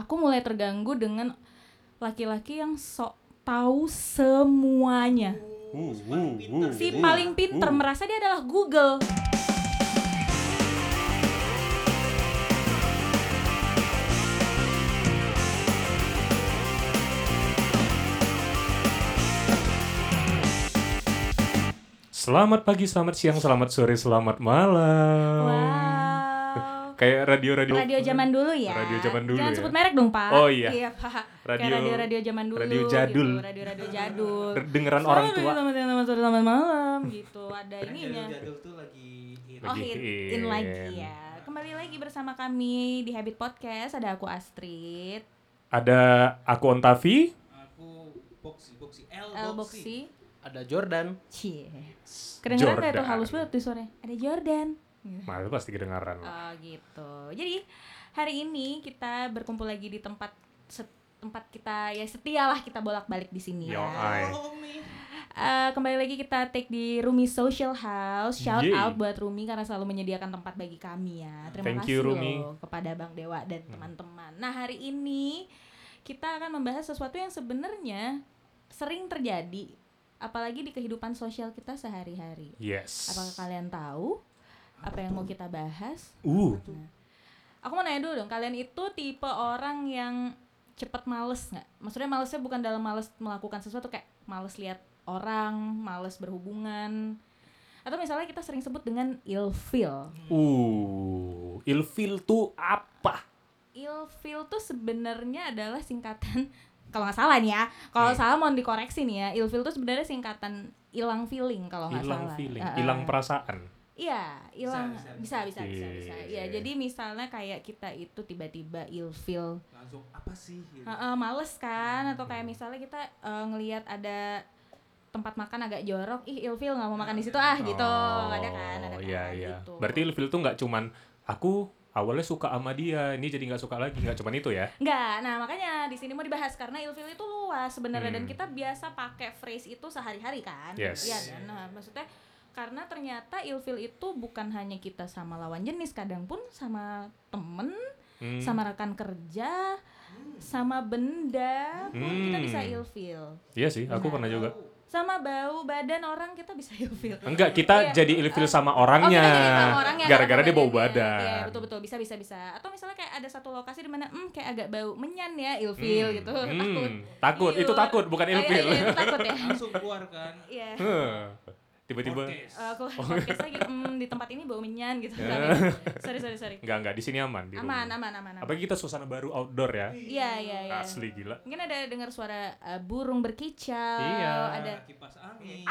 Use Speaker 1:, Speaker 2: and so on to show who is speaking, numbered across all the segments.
Speaker 1: Aku mulai terganggu dengan laki-laki yang sok tahu semuanya.
Speaker 2: Uh, uh, uh,
Speaker 1: Si
Speaker 2: uh,
Speaker 1: paling pinter
Speaker 2: uh.
Speaker 1: merasa dia adalah Google.
Speaker 2: Selamat pagi, selamat siang, selamat sore, selamat malam.
Speaker 1: Wow.
Speaker 2: Kayak radio-radio
Speaker 1: Radio zaman dulu ya.
Speaker 2: Radio zaman dulu
Speaker 1: Jangan
Speaker 2: ya.
Speaker 1: sebut merek dong, Pak.
Speaker 2: Oh, iya.
Speaker 1: Pak. Radio
Speaker 2: Radio-
Speaker 1: radio-radio zaman dulu.
Speaker 2: radio jadul.
Speaker 1: Gitu. Radio-radio jadul.
Speaker 2: R- dengeran orang tua.
Speaker 1: Selamat siang, selamat sore, selamat malam gitu. Ada ininya.
Speaker 3: jadul tuh lagi hit.
Speaker 1: Oh,
Speaker 2: Lagi
Speaker 1: in, in
Speaker 2: in.
Speaker 1: lagi ya. Kembali lagi bersama kami di Habit Podcast. Ada aku Astrid,
Speaker 2: Ada aku Ontavi.
Speaker 3: aku boxy boxy L,
Speaker 1: El
Speaker 3: boxy.
Speaker 1: Boxy.
Speaker 3: ada Jordan
Speaker 1: Cie. Kedengeran nggak tuh
Speaker 2: Jordan.
Speaker 1: halus banget tuh suaranya? Ada Jordan.
Speaker 2: Malu pasti kedengaran. lah.
Speaker 1: Oh gitu. Jadi hari ini kita berkumpul lagi di tempat se- tempat kita ya setialah kita bolak-balik di sini ya.
Speaker 2: Yoi.
Speaker 1: Eh, kembali lagi kita take di Rumi Social House. Shout
Speaker 2: Yeay.
Speaker 1: out buat Rumi karena selalu menyediakan tempat bagi kami ya. Terima
Speaker 2: Thank
Speaker 1: kasih
Speaker 2: you, Rumi. Hmm.
Speaker 1: loh kepada Bang Dewa dan teman-teman. Nah, hari ini kita akan membahas sesuatu yang sebenarnya sering terjadi apalagi di kehidupan sosial kita sehari-hari.
Speaker 2: Yes.
Speaker 1: Apakah kalian tahu apa yang mau kita bahas?
Speaker 2: Uh,
Speaker 1: Aku mau nanya dulu dong, kalian itu tipe orang yang cepet males nggak? Maksudnya malesnya bukan dalam males melakukan sesuatu kayak males lihat orang, males berhubungan, atau misalnya kita sering sebut dengan ilfeel.
Speaker 2: uh, ilfil tuh apa?
Speaker 1: Ilfeel tuh sebenarnya adalah singkatan kalau nggak salah nih ya, kalau
Speaker 2: Hmm.
Speaker 1: salah mohon dikoreksi nih ya. Ilfeel tuh sebenarnya singkatan ilang feeling kalau nggak salah.
Speaker 2: Hilang feeling,
Speaker 1: Eh, eh.
Speaker 2: hilang perasaan.
Speaker 1: Iya, hilang bisa bisa bisa bisa. Iya,
Speaker 2: Iya.
Speaker 1: jadi misalnya kayak kita itu tiba-tiba ilfeel
Speaker 3: langsung apa sih gitu.
Speaker 1: Heeh, males kan atau kayak
Speaker 2: Hmm.
Speaker 1: misalnya kita eh, ngelihat ada tempat makan agak jorok, ih ilfil nggak mau makan di situ ah gitu. ada kan, ada
Speaker 2: Hmm. Oh,
Speaker 1: kan
Speaker 2: iya, iya.
Speaker 1: gitu.
Speaker 2: Berarti ilfil tuh nggak cuman aku awalnya suka sama dia, ini jadi nggak suka lagi, nggak cuman itu ya?
Speaker 1: Nggak, nah makanya di sini mau dibahas karena ilfil itu luas sebenarnya dan
Speaker 2: Hmm.
Speaker 1: kita biasa pakai phrase itu sehari-hari kan.
Speaker 2: Yes.
Speaker 1: Iya, kan? nah maksudnya karena ternyata ilfil itu bukan hanya kita sama lawan jenis, kadang pun sama temen,
Speaker 2: Hmm.
Speaker 1: sama rekan kerja, sama benda pun kita
Speaker 2: Hmm.
Speaker 1: bisa ilfil.
Speaker 2: Iya sih, aku
Speaker 1: Nah.
Speaker 2: pernah juga.
Speaker 1: sama bau badan orang kita bisa ilfil.
Speaker 2: Enggak, kita
Speaker 1: Iya.
Speaker 2: jadi ilfil sama
Speaker 1: Oh, kita
Speaker 2: orangnya.
Speaker 1: jadi sama orangnya,
Speaker 2: Gara-gara dia bau
Speaker 1: badannya. Iya,
Speaker 2: badan.
Speaker 1: betul betul bisa bisa bisa. Atau misalnya kayak ada satu lokasi di mana hmm kayak agak bau menyan ya ilfil
Speaker 2: Hmm,
Speaker 1: gitu.
Speaker 2: hmm,
Speaker 1: Takut.
Speaker 2: Takut, itu
Speaker 1: Iya.
Speaker 2: takut, bukan
Speaker 1: Oh, iya,
Speaker 2: ilfil.
Speaker 1: iya, itu takut ya.
Speaker 3: langsung keluar kan
Speaker 1: Iya.
Speaker 2: Heh, Tiba-tiba
Speaker 3: Podcast.
Speaker 1: Eh, keluar
Speaker 2: Oh.
Speaker 1: podcast lagi "Hmm, di tempat ini bau menyan gitu. sorry sorry sorry.
Speaker 2: enggak enggak di sini aman di
Speaker 1: Aman
Speaker 2: rumah.
Speaker 1: aman aman. aman.
Speaker 2: Apalagi kita suasana baru outdoor ya.
Speaker 1: Iya iya iya.
Speaker 2: Asli gila.
Speaker 1: Mungkin ada dengar suara eh, burung berkicau,
Speaker 2: Iya.
Speaker 1: ada
Speaker 3: kipas angin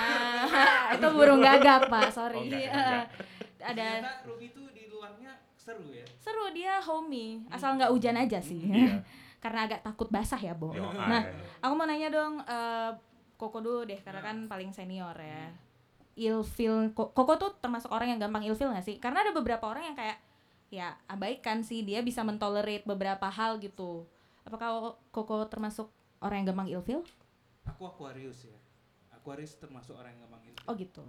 Speaker 1: Ah, itu burung gagak, Pak. Sorry.
Speaker 2: Oh, gagak,
Speaker 1: Eh,
Speaker 2: gagak.
Speaker 1: ada
Speaker 3: Ternyata Ruby tuh di luarnya seru ya
Speaker 1: Seru dia homey, asal nggak hujan aja sih.
Speaker 2: Iya.
Speaker 1: karena agak takut basah ya, Bo.
Speaker 2: Yo, ah.
Speaker 1: nah,
Speaker 2: ay.
Speaker 1: aku mau nanya dong eh, Koko dulu deh karena
Speaker 2: Iya.
Speaker 1: kan paling senior ya. Ilfil Ko- Koko tuh termasuk orang yang gampang ilfil gak sih? Karena ada beberapa orang yang kayak ya abaikan sih dia bisa mentolerate beberapa hal gitu. Apakah Koko termasuk orang yang gampang ilfil?
Speaker 3: aku Aquarius ya Aquarius termasuk orang yang gampang itu
Speaker 1: Oh gitu.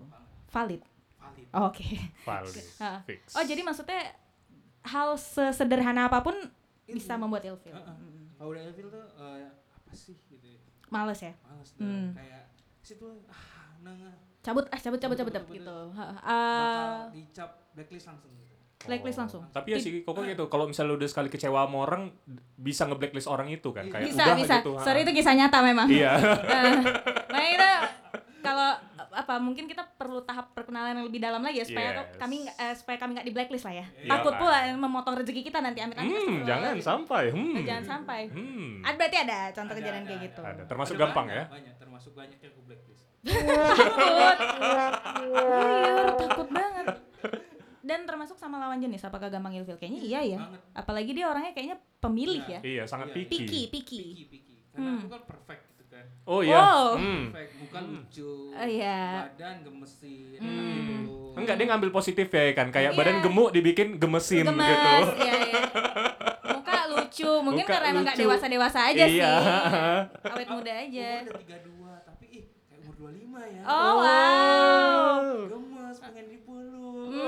Speaker 1: Valid.
Speaker 3: valid
Speaker 1: Oh, Oke.
Speaker 2: Valid.
Speaker 1: Ah.
Speaker 2: Fix.
Speaker 1: Oh, jadi maksudnya hal sesederhana apapun bisa
Speaker 3: Ilfil.
Speaker 1: membuat ilfil.
Speaker 3: Heeh.
Speaker 1: Mm.
Speaker 3: kalau udah ilfil tuh eh, apa sih gitu ya
Speaker 1: Males ya.
Speaker 3: males dah.
Speaker 1: Hmm.
Speaker 3: kayak situ ah nengah
Speaker 1: cabut ah cabut cabut cabut, cabut,
Speaker 3: Cabut, cabut,
Speaker 1: gitu
Speaker 3: cabut.
Speaker 1: Heeh.
Speaker 3: bakal
Speaker 1: Ah,
Speaker 3: dicap blacklist langsung gitu.
Speaker 1: blacklist langsung Ah.
Speaker 2: Tapi ya sih kok gitu. Kalau misalnya lu udah sekali kecewa sama orang bisa nge-blacklist orang itu kan kayak
Speaker 1: bisa
Speaker 2: udah
Speaker 1: bisa
Speaker 2: gitu. ah.
Speaker 1: sorry itu kisah nyata memang
Speaker 2: Iya.
Speaker 1: Eh, nah itu kalau eh, apa mungkin kita perlu tahap perkenalan yang lebih dalam lagi ya supaya
Speaker 2: Yes.
Speaker 1: tuh kami nggak- eh, supaya kami nggak di blacklist lah ya
Speaker 2: Iya,
Speaker 1: takut
Speaker 2: Pak.
Speaker 1: pula memotong rezeki kita nanti amit amit
Speaker 2: Hmm, jangan sampai. Hmm.
Speaker 1: jangan sampai
Speaker 2: Hmm.
Speaker 1: Ada berarti ada contoh
Speaker 3: Ada,
Speaker 1: kejadian
Speaker 3: ada,
Speaker 1: kayak
Speaker 3: ada.
Speaker 1: gitu
Speaker 2: Ada. Termasuk
Speaker 3: Ada
Speaker 2: gampang
Speaker 3: banyak,
Speaker 2: ya.
Speaker 3: banyak termasuk banyak yang aku blacklist
Speaker 1: takut Liar, Iya, takut banget dan termasuk sama lawan jenis apakah gampang ilfil kayaknya iya ya
Speaker 3: Banget.
Speaker 1: apalagi dia orangnya kayaknya pemilih ya
Speaker 2: Iya, sangat
Speaker 3: Iya.
Speaker 1: picky picky
Speaker 3: Piki, piki. Karena
Speaker 1: Hmm.
Speaker 3: aku kan perfect gitu kan.
Speaker 2: Oh iya.
Speaker 1: Wow.
Speaker 2: Hmm.
Speaker 3: Perfect, bukan lucu.
Speaker 1: Oh, iya.
Speaker 3: Badan gemesin,
Speaker 2: Hmm.
Speaker 3: enak gitu. dipeluk.
Speaker 2: Enggak dia ngambil positif ya kan kayak
Speaker 1: Iya.
Speaker 2: badan gemuk dibikin gemesin
Speaker 1: gemes
Speaker 2: gitu.
Speaker 1: iya, iya. muka lucu mungkin
Speaker 2: Muka
Speaker 1: karena emang gak
Speaker 2: lucu.
Speaker 1: dewasa dewasa aja
Speaker 2: Iya.
Speaker 1: sih awet muda aja
Speaker 3: Umur udah 32, tapi ih kayak umur 25 ya.
Speaker 1: Iya. oh wow
Speaker 3: Gemes, pengen dipeluk.
Speaker 1: Hmm.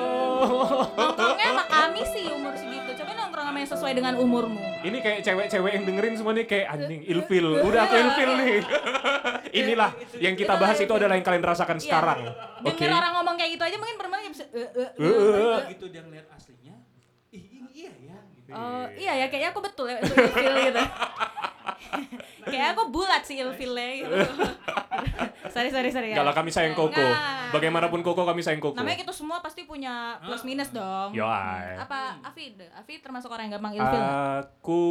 Speaker 1: nongkrongnya sama kami sih umur segitu coba nongkrong sama yang sesuai dengan umurmu.
Speaker 2: Ini kayak cewek-cewek yang dengerin semua nih kayak anjing
Speaker 1: Iya.
Speaker 2: ilfil. Udah aku ilfil nih. Inilah yang kita bahas itu adalah yang kalian rasakan sekarang. Oke.
Speaker 1: Dengar Iya. orang ngomong kayak gitu aja mungkin perempuan kayak bisa "Eh, eh, eh,
Speaker 2: Eh,
Speaker 1: eh, eh."
Speaker 3: Begitu gitu dia ngeliat aslinya, ih ini iya ya. Gitu.
Speaker 1: Oh, iya ya kayaknya aku betul ya itu ilfil gitu. kayak aku bulat sih ilfilnya gitu. sorry sorry sorry ya.
Speaker 2: Enggak lah kami sayang Koko.
Speaker 1: Enggak.
Speaker 2: Bagaimanapun Koko kami sayang Koko.
Speaker 1: Nah. Namanya kita semua pasti punya plus minus dong.
Speaker 2: Yoi.
Speaker 1: Apa Afid? Afid termasuk orang yang gampang ilfil?
Speaker 2: Ah,
Speaker 1: nggak?
Speaker 2: Aku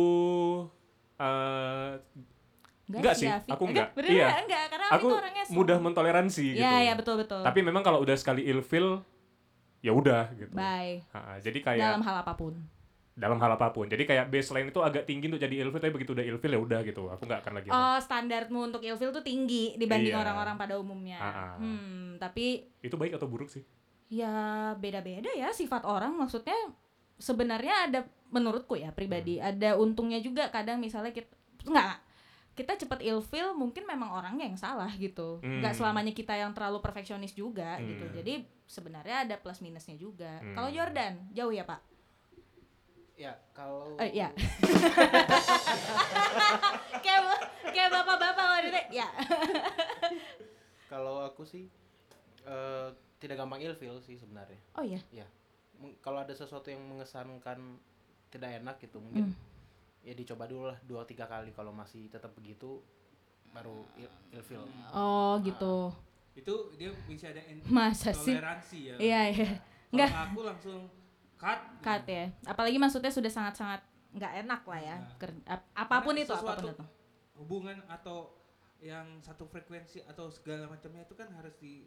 Speaker 2: eh, enggak sih,
Speaker 1: Afid.
Speaker 2: aku
Speaker 1: Eh,
Speaker 2: enggak.
Speaker 1: Bener
Speaker 2: Iya.
Speaker 1: enggak, enggak karena Afid
Speaker 2: aku
Speaker 1: tuh orangnya
Speaker 2: mudah mentoleransi gitu.
Speaker 1: Iya, iya betul betul.
Speaker 2: Tapi memang kalau udah sekali ilfil ya udah gitu.
Speaker 1: bye.
Speaker 2: Ha, jadi kayak
Speaker 1: Dalam hal apapun.
Speaker 2: dalam hal apapun. Jadi kayak baseline itu agak tinggi untuk jadi ilfil tapi begitu udah ilfil ya udah gitu. Aku nggak akan lagi.
Speaker 1: Oh, standarmu untuk ilfil tuh tinggi dibanding
Speaker 2: Iya.
Speaker 1: orang-orang pada umumnya.
Speaker 2: Ah, ah.
Speaker 1: Hmm, tapi
Speaker 2: Itu baik atau buruk sih?
Speaker 1: ya beda-beda ya sifat orang maksudnya sebenarnya ada menurutku ya pribadi
Speaker 3: Hmm.
Speaker 1: ada untungnya juga kadang misalnya kita enggak kita cepet ilfil mungkin memang orangnya yang salah gitu
Speaker 2: Hmm.
Speaker 1: nggak selamanya kita yang terlalu perfeksionis juga gitu
Speaker 2: Hmm.
Speaker 1: jadi sebenarnya ada plus minusnya juga
Speaker 2: Hmm.
Speaker 1: kalau Jordan jauh ya pak
Speaker 3: Ya kalau
Speaker 1: eh ya kayak kayak bapak-bapak kalau ditanya, ya
Speaker 4: Kalau aku sih eh, tidak gampang ilfil sih sebenarnya.
Speaker 1: oh ya
Speaker 4: Meng- Kalau ada sesuatu yang mengesankan tidak enak gitu mungkin ya dicoba dulu lah dua tiga kali kalau masih tetap begitu baru il- ilfil.
Speaker 1: oh gitu
Speaker 3: itu dia bisa ada in-
Speaker 1: Masa sih?
Speaker 3: toleransi ya.
Speaker 1: iya iya
Speaker 3: Kalau
Speaker 1: enggak
Speaker 3: aku langsung cut.
Speaker 1: cut ya. Apalagi maksudnya sudah sangat-sangat nggak enak lah ya. Ker- ap- apapun
Speaker 3: Iya. Karena
Speaker 1: itu, apapun
Speaker 3: sesuatu-
Speaker 1: itu.
Speaker 3: Hubungan atau yang satu frekuensi atau segala macamnya itu kan harus di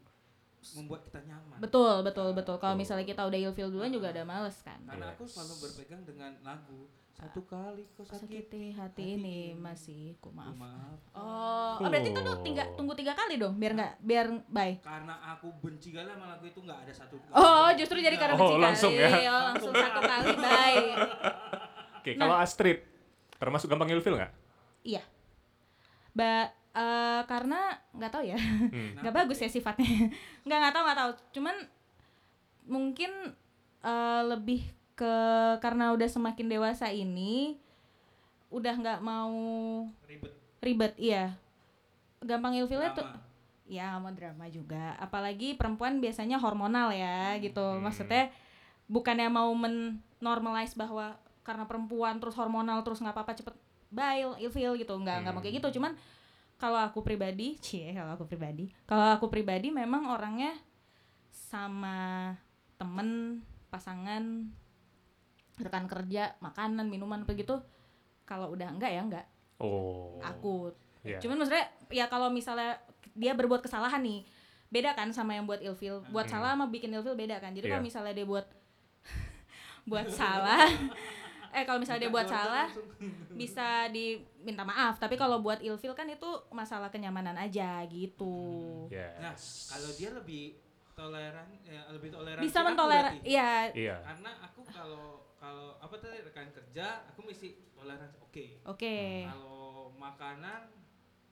Speaker 3: membuat kita nyaman.
Speaker 1: Betul, betul, betul. Kalau misalnya kita udah ilfil duluan juga ada males kan.
Speaker 3: Karena aku selalu berpegang dengan lagu satu kali kau sakit.
Speaker 1: Sakiti hati
Speaker 3: Hati
Speaker 1: ini
Speaker 3: ini.
Speaker 1: masih ku ya, maaf.
Speaker 3: Maaf.
Speaker 1: Oh, oh, berarti itu tuh tiga, tunggu tiga kali dong, biar nggak, biar bye.
Speaker 3: Karena aku benci kali sama lagu itu nggak ada satu.
Speaker 1: Oh, justru jadi karena
Speaker 2: Oh,
Speaker 1: benci kali.
Speaker 2: langsung ya.
Speaker 1: Oh, langsung satu kali bye.
Speaker 2: Oke,
Speaker 1: Nah.
Speaker 2: kalau Astrid termasuk gampang ilfil nggak?
Speaker 1: Iya. Ba eh, karena nggak tahu ya.
Speaker 2: Hmm.
Speaker 1: nggak bagus ya sifatnya nggak nggak tahu nggak tahu cuman mungkin eh, lebih ke karena udah semakin dewasa ini udah nggak mau
Speaker 3: Ribet.
Speaker 1: ribet iya gampang ilfilnya tuh
Speaker 3: Drama.
Speaker 1: ya mau drama juga apalagi perempuan biasanya hormonal ya gitu maksudnya bukannya mau menormalize bahwa karena perempuan terus hormonal terus nggak apa-apa cepet bail ilfil gitu nggak nggak mau kayak gitu cuman kalau aku pribadi cie kalau aku pribadi kalau aku pribadi memang orangnya sama temen pasangan rekan kerja makanan minuman begitu kalau udah enggak ya enggak
Speaker 2: Oh.
Speaker 1: aku
Speaker 2: Iya.
Speaker 1: cuman maksudnya ya kalau misalnya dia berbuat kesalahan nih beda kan sama yang buat ilfil buat salah sama bikin ilfil beda kan jadi kalau
Speaker 2: Iya.
Speaker 1: misalnya dia buat buat salah eh kalau misalnya dia buat salah bisa diminta maaf tapi kalau buat ilfil kan itu masalah kenyamanan aja gitu
Speaker 2: Yes.
Speaker 3: Nah, kalau dia lebih toleran, ya, lebih toleran.
Speaker 1: bisa mentoleran iya
Speaker 2: Iya.
Speaker 3: Karena aku kalau kalau apa tadi rekan kerja, aku mesti toleransi oke.
Speaker 1: oke
Speaker 3: Hmm, Kalau makanan,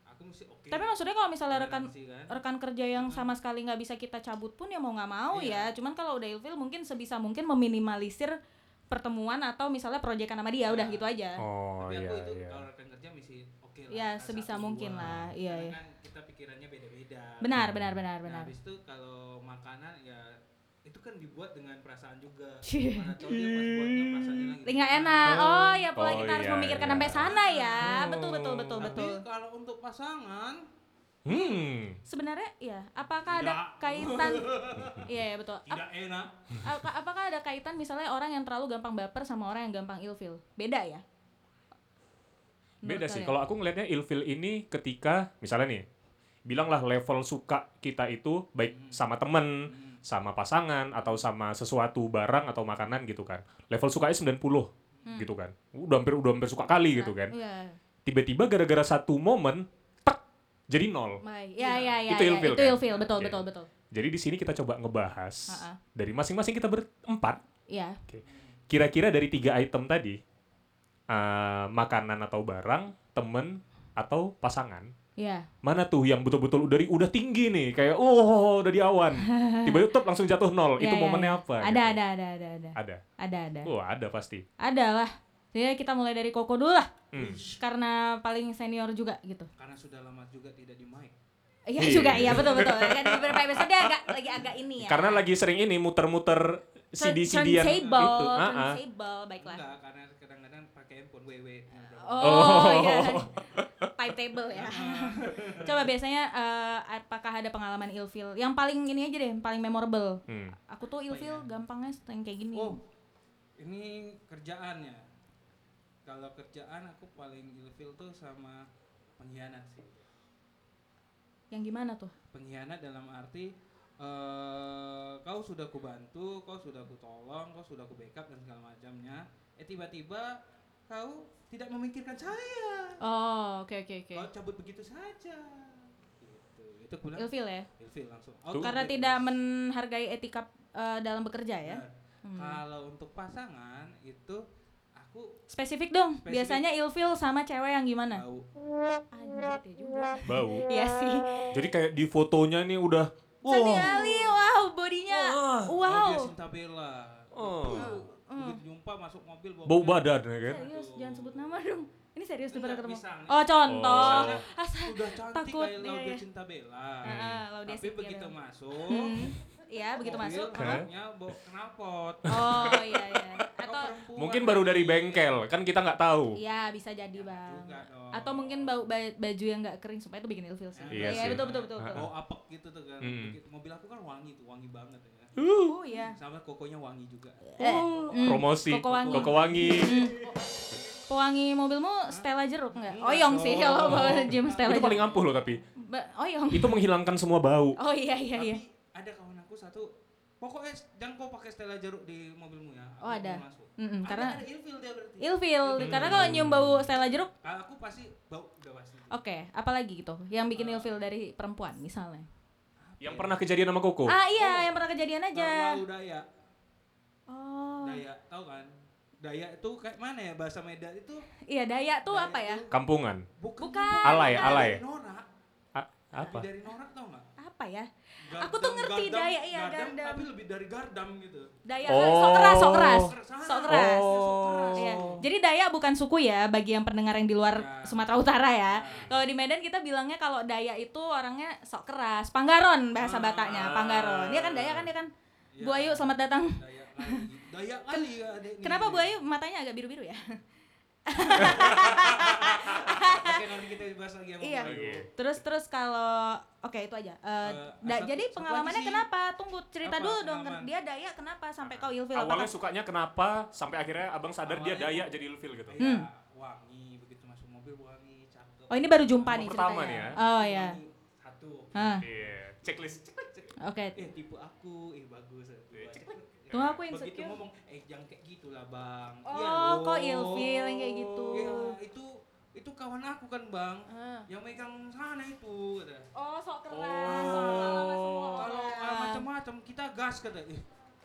Speaker 3: aku mesti oke.
Speaker 1: tapi maksudnya kalau misalnya rekan
Speaker 3: Toleransi kan.
Speaker 1: rekan kerja yang
Speaker 2: Hmm.
Speaker 1: sama sekali nggak bisa kita cabut pun ya mau nggak mau
Speaker 2: Iya.
Speaker 1: ya cuman kalau udah ilfil mungkin sebisa mungkin meminimalisir pertemuan atau misalnya proyekan sama dia udah gitu aja
Speaker 2: Oh
Speaker 3: Tapi
Speaker 2: iya
Speaker 3: aku itu
Speaker 2: iya.
Speaker 3: kalau rekan kerja mesti oke lah.
Speaker 1: Ya,
Speaker 3: rasa
Speaker 1: sebisa
Speaker 3: aku
Speaker 1: mungkin
Speaker 3: semua.
Speaker 1: lah, iya,
Speaker 3: Karena
Speaker 1: iya.
Speaker 3: kan kita pikirannya beda-beda.
Speaker 1: benar benar benar
Speaker 3: Nah,
Speaker 1: benar
Speaker 3: habis itu kalau makanan ya itu kan dibuat dengan perasaan juga.
Speaker 1: Cie.
Speaker 3: Mana tahu dia pas buatnya perasaannya lagi.
Speaker 1: Hmm. nggak enak oh ya pola
Speaker 2: gitu. Oh,
Speaker 1: kita harus
Speaker 2: iya,
Speaker 1: memikirkan
Speaker 2: iya.
Speaker 1: sampai sana ya
Speaker 2: Oh.
Speaker 1: betul betul betul
Speaker 3: Nah, Tapi
Speaker 1: betul
Speaker 3: kalau untuk pasangan
Speaker 2: Hmm.
Speaker 1: sebenarnya ya apakah ada
Speaker 3: Tidak.
Speaker 1: kaitan iya ya, betul Ap-
Speaker 3: tidak enak.
Speaker 1: apa- apakah ada kaitan misalnya orang yang terlalu gampang baper sama orang yang gampang ilfil beda ya
Speaker 2: Beda
Speaker 1: Menurut
Speaker 2: sih.
Speaker 1: kalian?
Speaker 2: Kalau aku ngelihatnya ilfil ini ketika misalnya nih bilanglah level suka kita itu
Speaker 1: Hmm.
Speaker 2: baik sama temen, sama pasangan atau sama sesuatu barang atau makanan gitu kan. Level sukanya 90
Speaker 1: Hmm.
Speaker 2: gitu kan. Udah hampir udah hampir suka kali gitu kan.
Speaker 1: Iya.
Speaker 2: Tiba-tiba gara-gara satu momen tek jadi nol.
Speaker 1: Baik. Ya, ya, ya,
Speaker 2: Iya. Itu
Speaker 1: ya,
Speaker 2: ilfil,
Speaker 1: Itu
Speaker 2: kan?
Speaker 1: ilfil, betul,
Speaker 2: Oke.
Speaker 1: betul, betul.
Speaker 2: Jadi di sini kita coba ngebahas
Speaker 1: Ha-ha.
Speaker 2: dari masing-masing kita berempat
Speaker 1: Iya.
Speaker 2: kira-kira dari tiga item tadi eh, makanan atau barang temen atau pasangan
Speaker 1: Iya.
Speaker 2: mana tuh yang betul-betul dari udah tinggi nih kayak oh udah di awan tiba-tiba tup, langsung jatuh nol
Speaker 1: Ya,
Speaker 2: Oh, itu
Speaker 1: ya,
Speaker 2: momennya
Speaker 1: ya.
Speaker 2: apa
Speaker 1: Ada,
Speaker 2: gitu.
Speaker 1: ada, ada, ada, ada.
Speaker 2: ada
Speaker 1: Ada, ada.
Speaker 2: oh ada pasti
Speaker 1: Ada lah. Jadi kita mulai dari Koko dulu lah.
Speaker 2: Hmm.
Speaker 1: Karena paling senior juga gitu.
Speaker 3: Karena sudah lama juga tidak di mic.
Speaker 1: Iya
Speaker 2: Iya.
Speaker 1: juga, iya betul-betul. Kan di beberapa episode agak, lagi agak ini ya.
Speaker 2: Karena lagi sering ini muter-muter
Speaker 1: Turn-
Speaker 2: CD-CD-an
Speaker 1: turntable,
Speaker 2: itu. Ah, ah.
Speaker 1: turntable, baiklah.
Speaker 3: Enggak, karena kadang-kadang pakai handphone WW. dengan berapa-
Speaker 1: Oh,
Speaker 2: Oh.
Speaker 1: iya. Pipe table ya. Coba biasanya eh, apakah ada pengalaman ilfil? Yang paling ini aja deh, yang paling memorable.
Speaker 2: Hmm.
Speaker 1: Aku tuh ilfil gampangnya yang kayak gini.
Speaker 3: Oh, ini kerjaannya. Kalau kerjaan aku paling ilfil tuh sama pengkhianat sih.
Speaker 1: Yang gimana tuh?
Speaker 3: Pengkhianat dalam arti eh kau sudah kubantu, kau sudah kutolong, kau sudah ku backup dan segala macamnya. Eh tiba-tiba kau tidak memikirkan saya.
Speaker 1: Oh, oke oke oke.
Speaker 3: Kau cabut begitu saja. Gitu. Itu aku bilang
Speaker 1: Ilfil ya.
Speaker 3: ilfil langsung.
Speaker 2: Tuh.
Speaker 1: Karena
Speaker 3: Outbreak.
Speaker 1: tidak ya? menghargai etika eh, dalam bekerja ya.
Speaker 3: Benar. Kalau untuk pasangan itu aku
Speaker 1: Spesifik dong.
Speaker 3: Spesifik.
Speaker 1: Biasanya ilfil sama cewek yang gimana?
Speaker 3: tahu
Speaker 1: Anjir dia juga.
Speaker 2: Bau.
Speaker 1: Iya sih.
Speaker 2: Jadi kayak di fotonya nih udah
Speaker 1: Sandi
Speaker 2: wow.
Speaker 1: Ali, wow bodinya.
Speaker 2: Wah.
Speaker 1: Wow. Mm.
Speaker 3: dia Sintabella.
Speaker 2: Oh.
Speaker 3: Begitu jumpa masuk mobil
Speaker 2: Bau badan ya kan.
Speaker 1: Serius, jangan sebut nama dong. Ini serius tuh pernah
Speaker 3: Enggak,
Speaker 1: ketemu.
Speaker 3: misalnya.
Speaker 1: Oh, contoh. Ah,
Speaker 2: Oh.
Speaker 1: Asa.
Speaker 3: Udah cantik
Speaker 1: Takut,
Speaker 3: kayak
Speaker 1: iya,
Speaker 3: Laudia
Speaker 1: iya.
Speaker 3: Sintabella.
Speaker 1: Heeh, Laudia
Speaker 3: Tapi
Speaker 1: Cynthia
Speaker 3: begitu
Speaker 1: Bella.
Speaker 3: masuk,
Speaker 1: Hmm. Ya, begitu
Speaker 3: mobil
Speaker 1: masuk.
Speaker 2: Hah?
Speaker 3: orangnya bawa knalpot.
Speaker 1: Oh, iya iya. Atau
Speaker 2: Mungkin baru dari bengkel, kan kita nggak tahu.
Speaker 1: Iya, bisa jadi, Bang.
Speaker 3: juga dong.
Speaker 1: Atau mungkin bau ba- baju yang nggak kering supaya itu bikin ilfil sih.
Speaker 2: Iya
Speaker 1: Iya,
Speaker 2: sih.
Speaker 1: betul betul betul. betul.
Speaker 3: Bawa apek gitu tuh kan.
Speaker 2: Mm.
Speaker 3: Begitu- Mobil aku kan wangi tuh, wangi banget ya.
Speaker 1: Oh, iya.
Speaker 3: Sama kokonya wangi juga.
Speaker 1: Eh,
Speaker 2: Oh,
Speaker 1: mm,
Speaker 2: Promosi
Speaker 1: Koko wangi. Hmm,
Speaker 2: Koko Wangi.
Speaker 1: Pewangi mobilmu Stella jeruk nggak? Oyong sih kalau bawa gym Stella
Speaker 2: Itu
Speaker 1: jeruk.
Speaker 2: paling ampuh loh tapi.
Speaker 1: Ba- Oyong.
Speaker 2: Itu menghilangkan semua bau.
Speaker 1: Oh iya iya
Speaker 3: Tapi
Speaker 1: iya.
Speaker 3: ada kawan aku satu Pokoknya jangan kau pakai Stella jeruk di mobilmu ya.
Speaker 1: Oh,
Speaker 3: aku
Speaker 1: ada.
Speaker 3: mau masuk.
Speaker 1: Mm-mm,
Speaker 3: Ada-
Speaker 1: karena
Speaker 3: ada ilfil dia berarti.
Speaker 1: ilfil karena kalau nyium bau Stella jeruk
Speaker 3: Kalau aku pasti bau udah pasti.
Speaker 1: Oke, apalagi gitu yang bikin ilfil dari perempuan misalnya.
Speaker 2: Yang pernah kejadian sama
Speaker 1: Oh.
Speaker 2: Koko.
Speaker 1: Ah iya, yang pernah kejadian
Speaker 3: Karena
Speaker 1: aja.
Speaker 3: Daya,
Speaker 1: Oh,
Speaker 3: Daya, tahu kan? Daya itu kayak mana ya bahasa Medan itu
Speaker 1: iya daya tuh
Speaker 3: Daya
Speaker 1: apa ya?
Speaker 3: itu
Speaker 2: Kampungan.
Speaker 3: bukan,
Speaker 1: Bukan.
Speaker 2: Alay,
Speaker 1: bukan.
Speaker 2: alay.
Speaker 3: Dari norak,
Speaker 2: A- apa?
Speaker 3: dari norak tau nggak?
Speaker 1: Apa ya?
Speaker 3: Gardam-
Speaker 1: Aku tuh ngerti
Speaker 3: gardam-
Speaker 1: daya, iya, gardam.
Speaker 3: Tapi lebih dari gardam gitu.
Speaker 1: Daya eh,
Speaker 2: Oh.
Speaker 1: sok keras, sok keras.
Speaker 3: Keras.
Speaker 1: Sok keras.
Speaker 2: Oh.
Speaker 1: Iya. Jadi daya bukan suku ya bagi yang pendengar yang di luar
Speaker 3: Ya.
Speaker 1: Sumatera Utara ya.
Speaker 3: Ya.
Speaker 1: Kalau di Medan kita bilangnya kalau daya itu orangnya sok keras, panggaron bahasa
Speaker 3: Ah.
Speaker 1: Bataknya, panggaron. Dia kan daya kan dia kan.
Speaker 3: Iya.
Speaker 1: Bu Ayu selamat datang.
Speaker 3: Daya kali, daya kali ya adek nih.
Speaker 1: Kenapa Bu Ayu matanya agak biru-biru ya?
Speaker 3: Oke nanti kita bahas lagi sama
Speaker 1: Iya.
Speaker 3: Bu Ayu.
Speaker 2: gitu.
Speaker 1: Terus terus kalau oke itu aja. Eh, da-
Speaker 3: satu-
Speaker 1: jadi
Speaker 3: satu
Speaker 1: pengalamannya
Speaker 3: lagi sih.
Speaker 1: kenapa? Tunggu cerita
Speaker 3: Apa
Speaker 1: dulu dong.
Speaker 3: pengalaman? Ah.
Speaker 1: Dia daya kenapa sampai kau ilfil
Speaker 2: Awalnya
Speaker 1: apakah?
Speaker 2: sukanya kenapa, sampai akhirnya abang sadar dia
Speaker 3: Awalnya-
Speaker 2: daya jadi ilfil gitu.
Speaker 1: Hmm.
Speaker 3: Iya, wangi begitu masuk mobil wangi, cakep.
Speaker 1: Oh ini baru jumpa
Speaker 2: Yang
Speaker 1: nih
Speaker 2: pertama
Speaker 1: ceritanya.
Speaker 2: nih
Speaker 1: Oh ya.
Speaker 3: Wangi, Satu.
Speaker 1: Hah.
Speaker 2: Iya, checklist.
Speaker 1: Oke.
Speaker 3: Eh tipe aku, eh bagus. eh,
Speaker 2: Eh,
Speaker 3: Cakep.
Speaker 1: Tuh aku
Speaker 3: begitu
Speaker 1: insecure.
Speaker 3: ngomong eh jangan kayak gitulah bang
Speaker 1: Oh,
Speaker 3: Iya
Speaker 1: kok
Speaker 3: loh.
Speaker 1: ilfil yang kayak gitu.
Speaker 3: Iya, itu itu kawan aku kan bang
Speaker 1: Ah.
Speaker 3: yang megang sana itu kata
Speaker 1: Oh sok keras. sok keras sama semua
Speaker 3: kalau
Speaker 1: orang. Iya.
Speaker 3: ah, macam-macam kita gas kata eh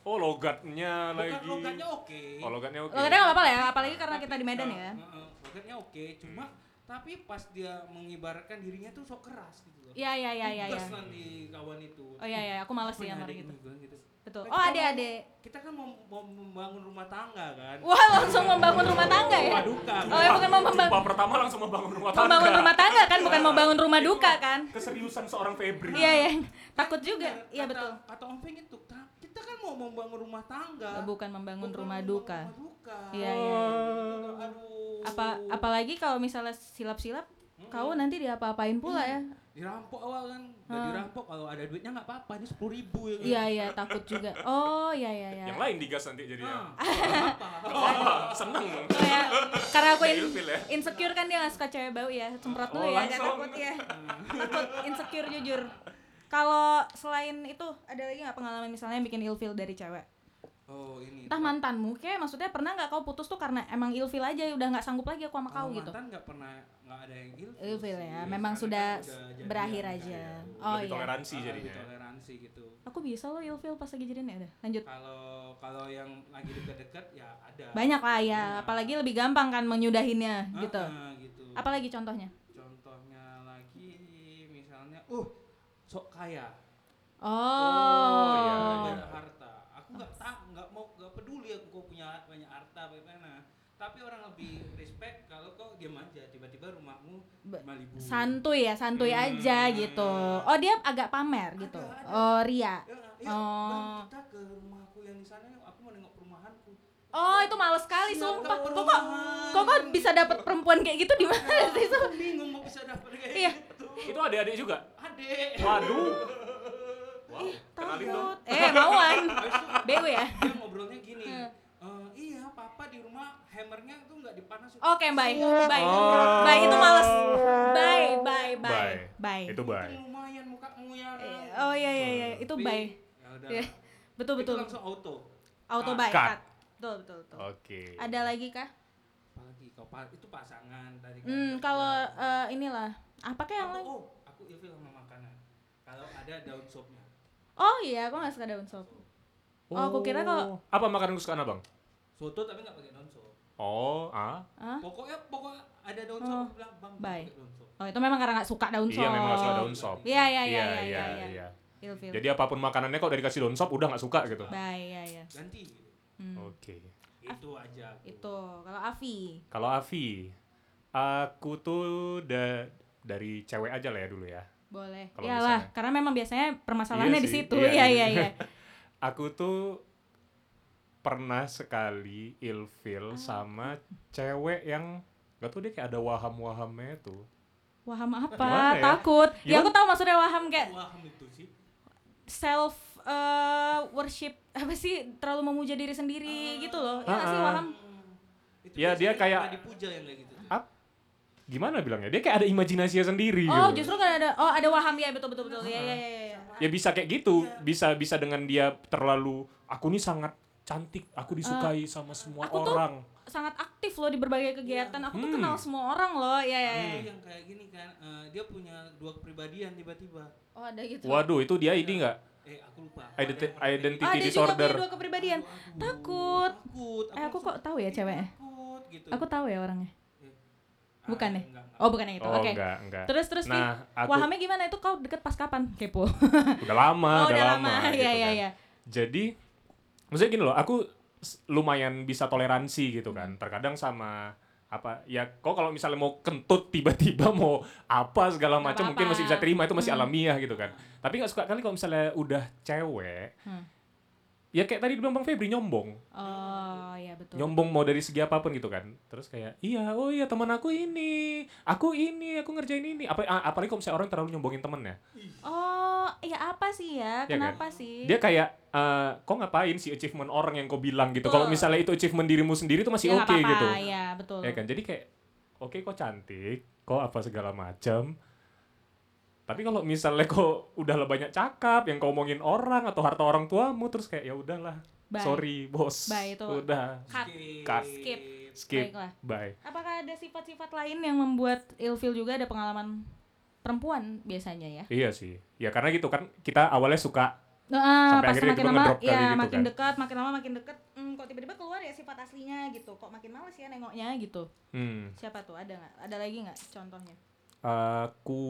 Speaker 2: Oh, logatnya
Speaker 3: logat
Speaker 2: lagi.
Speaker 3: logatnya oke
Speaker 2: Oh, logatnya oke.
Speaker 1: Lo kadang nggak apa-apa lah ya, apalagi karena kita di Medan ya.
Speaker 3: Heeh, eh, logatnya oke cuma tapi pas dia mengibaratkan dirinya tuh sok keras gitu loh
Speaker 1: Iya iya iya iya. iya.
Speaker 3: Tegas nanti kawan itu
Speaker 1: Oh iya iya, aku males sih
Speaker 3: Apa nih
Speaker 1: sama
Speaker 3: adek
Speaker 1: orang gitu.
Speaker 3: ini, gua gitu.
Speaker 1: Betul. Oh
Speaker 3: Kan kita mau-
Speaker 1: ade-ade.
Speaker 3: kita kan mau, mau membangun rumah tangga kan
Speaker 1: Wah langsung membangun rumah tangga ya.
Speaker 3: rumah duka
Speaker 1: Oh ya bukan mau
Speaker 2: Jumpa
Speaker 1: membangun
Speaker 2: pertama langsung membangun rumah tangga.
Speaker 1: membangun rumah tangga kan, bukan mau bangun rumah duka kan?
Speaker 2: Keseriusan seorang Febri.
Speaker 1: Iya ya. Takut juga.
Speaker 3: Bener,
Speaker 1: Iya
Speaker 3: kata-
Speaker 1: betul.
Speaker 3: Kata Om Feng itu, "Kenapa? kita kan mau membangun rumah tangga.
Speaker 1: Bukan membangun
Speaker 3: bukan
Speaker 1: rumah
Speaker 3: membangun
Speaker 1: duka.
Speaker 3: rumah duka.
Speaker 1: Iya, iya, iya.
Speaker 2: Eh,
Speaker 3: Aduh.
Speaker 1: apa apalagi kalau misalnya silap-silap kau nanti diapa-apain pula ya
Speaker 3: Dirampok awal kan, udah dirampok kalau ada duitnya nggak apa-apa, ini sepuluh ribu ya. kan.
Speaker 1: iya iya takut juga oh iya iya iya
Speaker 2: Yang lain digas nanti jadinya.
Speaker 3: Ah, nggak apa-apa.
Speaker 2: Wah, seneng.
Speaker 1: Oh, ya. karena aku in-
Speaker 2: Ilfil ya.
Speaker 1: insecure kan dia nggak suka cewek bau ya semprot dulu
Speaker 2: Oh,
Speaker 1: ya agak
Speaker 2: langsung.
Speaker 1: takut ya takut insecure jujur kalau selain itu ada lagi nggak pengalaman misalnya yang bikin ilfil dari cewek
Speaker 3: Oh ini.
Speaker 1: entah mantanmu kayak maksudnya pernah nggak kau putus tuh karena emang ilfil aja udah nggak sanggup lagi aku sama kau
Speaker 3: Kalau
Speaker 1: gitu
Speaker 3: Oh, Mantan nggak pernah nggak ada yang ilfil.
Speaker 1: ilfil
Speaker 3: sih,
Speaker 1: ya memang
Speaker 3: karena
Speaker 1: sudah
Speaker 3: kan udah jadian,
Speaker 1: berakhir
Speaker 3: kayak
Speaker 1: aja
Speaker 3: gitu.
Speaker 1: oh
Speaker 2: Lebih
Speaker 1: iya
Speaker 2: toleransi
Speaker 3: Ah,
Speaker 2: jadinya.
Speaker 3: lebih Toleransi gitu.
Speaker 1: aku bisa loh ilfil pas lagi jadian ya udah lanjut
Speaker 3: Ah, Kalau kalau yang lagi dekat-dekat ya ada.
Speaker 1: banyak lah ya apalagi lebih gampang kan menyudahinnya
Speaker 3: Ah,
Speaker 1: gitu
Speaker 3: iya. ah, gitu.
Speaker 1: apalagi contohnya
Speaker 3: Contohnya lagi misalnya, uh, sok kaya,
Speaker 1: oh,
Speaker 2: iya,
Speaker 3: Lu
Speaker 2: iya.
Speaker 3: banyak harta. Aku nggak tak nggak mau nggak peduli aku kok punya banyak harta bagaimana. tapi orang lebih respect kalau kok diam aja tiba-tiba rumahmu
Speaker 1: Be-
Speaker 3: 5000
Speaker 1: santuy ya santuy aja
Speaker 3: Hmm.
Speaker 1: gitu oh dia agak pamer gitu
Speaker 3: Ada, ada.
Speaker 1: oh ria
Speaker 3: Ya, ayo,
Speaker 1: Oh.
Speaker 3: Bang, kita ke rumahku yang di sana yuk. Aku mau nengok perumahanku.
Speaker 1: oh itu males sekali
Speaker 3: Siapa
Speaker 1: sumpah kok kok
Speaker 3: perumahan?
Speaker 1: kok kok bisa dapat perempuan kayak gitu di mana sih
Speaker 3: Aku bingung mau bisa dapet kayak
Speaker 1: Iya.
Speaker 3: gitu.
Speaker 2: Itu adik-adik juga. Eh,
Speaker 3: Adek.
Speaker 2: Waduh. Kenalin dong.
Speaker 1: takut eh mauan
Speaker 3: Habis itu
Speaker 1: BW ya
Speaker 3: dia ngobrolnya gini.
Speaker 1: Hmm.
Speaker 3: "Eh, iya, papa di rumah hammernya tuh nggak dipanasin.
Speaker 1: Oke, bye.
Speaker 3: Semua
Speaker 1: Bye.
Speaker 2: Oh.
Speaker 1: Bye itu males. Bye, bye, bye. Bye.
Speaker 2: Itu bye.
Speaker 3: untung Iya, lumayan mukamu ya.
Speaker 1: Eh, Oh iya iya iya, itu
Speaker 3: Tapi,
Speaker 1: bye.
Speaker 3: Ya udah.
Speaker 1: Iya. Betul
Speaker 3: Itu
Speaker 1: betul.
Speaker 3: langsung auto.
Speaker 1: Auto
Speaker 3: Ah,
Speaker 1: bye.
Speaker 2: cut.
Speaker 1: cut. Betul betul betul.
Speaker 2: Oke.
Speaker 1: Ada lagi kah?
Speaker 3: Apalagi kau pa- itu pasangan tadi. kan.
Speaker 1: Hmm, kalau eh, inilah apa kayak yang
Speaker 3: Aku-
Speaker 1: lain?
Speaker 3: Oh, aku ilfil sama makanan. Kalau ada daun sopnya.
Speaker 1: Oh iya, aku nggak suka daun sop. Oh, aku kira kalau-
Speaker 2: apa makanan kesukaan Abang?
Speaker 3: Soto tapi nggak pakai daun sop.
Speaker 2: Oh, ah.
Speaker 1: Hah?
Speaker 3: Pokoknya pokoknya ada daun
Speaker 1: Oh,
Speaker 3: sop aku bilang, "Bang,
Speaker 1: bye."
Speaker 3: pakai daun sop."
Speaker 1: Oh itu memang karena nggak suka daun sop.
Speaker 2: Iya, memang nggak suka daun sop.
Speaker 1: Iya iya iya iya iya. iya.
Speaker 2: iya.
Speaker 1: Ilfil.
Speaker 2: Jadi apapun makanannya kalau udah dikasih daun sop udah nggak suka gitu.
Speaker 1: Bye iya iya.
Speaker 3: Ganti. gitu.
Speaker 1: Hmm.
Speaker 2: Oke.
Speaker 3: Itu aja. aku.
Speaker 1: Itu kalau Avi.
Speaker 2: Kalau Avi, aku tuh da- dari cewek aja lah ya dulu ya.
Speaker 1: Boleh.
Speaker 2: Kalau
Speaker 1: Iyalah,
Speaker 2: misalnya.
Speaker 1: karena memang biasanya permasalahannya
Speaker 2: Iya
Speaker 1: di
Speaker 2: sih,
Speaker 1: situ.
Speaker 2: iya,
Speaker 1: Iya
Speaker 2: iya.
Speaker 1: iya iya.
Speaker 2: Aku tuh pernah sekali
Speaker 1: Ah.
Speaker 2: ilfil sama cewek yang gak tuh dia kayak ada waham-wahamnya tuh.
Speaker 1: Waham
Speaker 2: Gimana
Speaker 1: apa?
Speaker 2: ya?
Speaker 1: Takut. Ya
Speaker 2: Gimana?
Speaker 1: aku tahu maksudnya waham kayak
Speaker 3: Wah, itu sih.
Speaker 1: self eh, worship apa sih terlalu memuja diri sendiri gitu loh ya nggak sih
Speaker 2: Ah, ah.
Speaker 1: waham
Speaker 3: Hmm, Itu
Speaker 2: Ya, dia
Speaker 3: biasanya
Speaker 2: kayak-
Speaker 3: pernah dipuja yang kayak gitu.
Speaker 2: Gimana bilangnya? Dia kayak ada imajinasinya sendiri
Speaker 1: oh
Speaker 2: gitu.
Speaker 1: justru kan ada oh ada waham ya betul betul betul ya ya ya, ya.
Speaker 2: ya bisa kayak gitu
Speaker 1: Iya.
Speaker 2: bisa bisa dengan dia terlalu aku nih sangat cantik aku disukai sama
Speaker 1: Ah.
Speaker 2: semua
Speaker 1: aku tuh-
Speaker 2: orang
Speaker 1: sangat aktif loh di berbagai kegiatan aku tuh
Speaker 2: Hmm.
Speaker 1: kenal semua orang loh ya ya ya.
Speaker 3: Itu yang kayak gini kan, eh, dia punya dua kepribadian tiba-tiba.
Speaker 1: oh ada gitu
Speaker 2: waduh itu dia ini nggak
Speaker 3: Eh, aku lupa.
Speaker 2: Identi-
Speaker 3: Ada yang-
Speaker 1: oh,
Speaker 2: identity
Speaker 1: ada juga
Speaker 2: disorder
Speaker 1: punya dua kepribadian
Speaker 3: Aduh, aduh,
Speaker 1: Takut.
Speaker 3: Takut.
Speaker 1: eh aku
Speaker 3: langsung-
Speaker 1: kok tahu ya
Speaker 3: Iya,
Speaker 1: ceweknya
Speaker 3: Takut gitu.
Speaker 1: aku tahu ya orangnya
Speaker 3: Ah,
Speaker 1: bukan ya?
Speaker 3: enggak, enggak.
Speaker 1: oh bukan yang itu
Speaker 2: oh
Speaker 1: oke
Speaker 2: enggak enggak
Speaker 1: terus terus Fi.
Speaker 2: nah aku
Speaker 1: wahamnya gimana itu kau deket pas kapan kepo
Speaker 2: udah lama
Speaker 1: oh
Speaker 2: udah lama, gitu
Speaker 1: ya ya
Speaker 2: kan.
Speaker 1: ya
Speaker 2: jadi maksudnya gini loh aku s- lumayan bisa toleransi gitu kan terkadang sama apa ya kok kalau misalnya mau kentut tiba-tiba mau apa segala
Speaker 1: Nggak
Speaker 2: macam mungkin
Speaker 1: apa-apa.
Speaker 2: masih bisa terima itu masih
Speaker 1: Hmm.
Speaker 2: alamiah gitu kan tapi nggak suka kali kalau misalnya udah cewek
Speaker 1: Hmm.
Speaker 2: ya kayak tadi dibilang bang Febri nyombong
Speaker 1: oh ya betul
Speaker 2: nyombong mau dari segi apapun gitu kan terus kayak iya oh iya teman aku ini aku ini aku ngerjain ini apa a- apalagi kalau misalnya orang terlalu nyombongin temennya
Speaker 1: Oh, ya apa sih ya?
Speaker 2: Ya kan?
Speaker 1: Kenapa sih?
Speaker 2: dia kayak eh, kok ngapain sih achievement orang yang kau bilang gitu kalau
Speaker 1: Betul.
Speaker 2: misalnya itu achievement dirimu sendiri itu masih
Speaker 1: Ya, nggak
Speaker 2: oke
Speaker 1: apa-apa,
Speaker 2: gitu
Speaker 1: Ya, betul.
Speaker 2: ya kan jadi kayak oke kok cantik kok apa segala macam tapi kalau misalnya kok udah lah banyak cakap yang kau omongin orang atau harta orang tuamu terus kayak ya udahlah
Speaker 1: Bye.
Speaker 2: sorry bos
Speaker 1: Bye, itu-
Speaker 2: udah
Speaker 1: Cut.
Speaker 2: Cut.
Speaker 1: Skip.
Speaker 2: skip
Speaker 1: Baiklah.
Speaker 2: bye
Speaker 1: Apakah ada sifat-sifat lain yang membuat ilfil juga ada pengalaman perempuan biasanya ya?
Speaker 2: Iya sih. Ya karena gitu kan kita awalnya suka
Speaker 1: Ah,
Speaker 2: Sampai
Speaker 1: pas
Speaker 2: akhirnya
Speaker 1: makin
Speaker 2: tiba
Speaker 1: lama,
Speaker 2: ngedrop kali
Speaker 1: ya
Speaker 2: gitu
Speaker 1: makin
Speaker 2: kan.
Speaker 1: dekat, makin lama makin dekat, hmm, kok tiba-tiba keluar ya sifat aslinya gitu. Kok makin males ya nengoknya gitu.
Speaker 2: hmm,
Speaker 1: Siapa tuh? Ada nggak? Ada lagi nggak contohnya?
Speaker 2: aku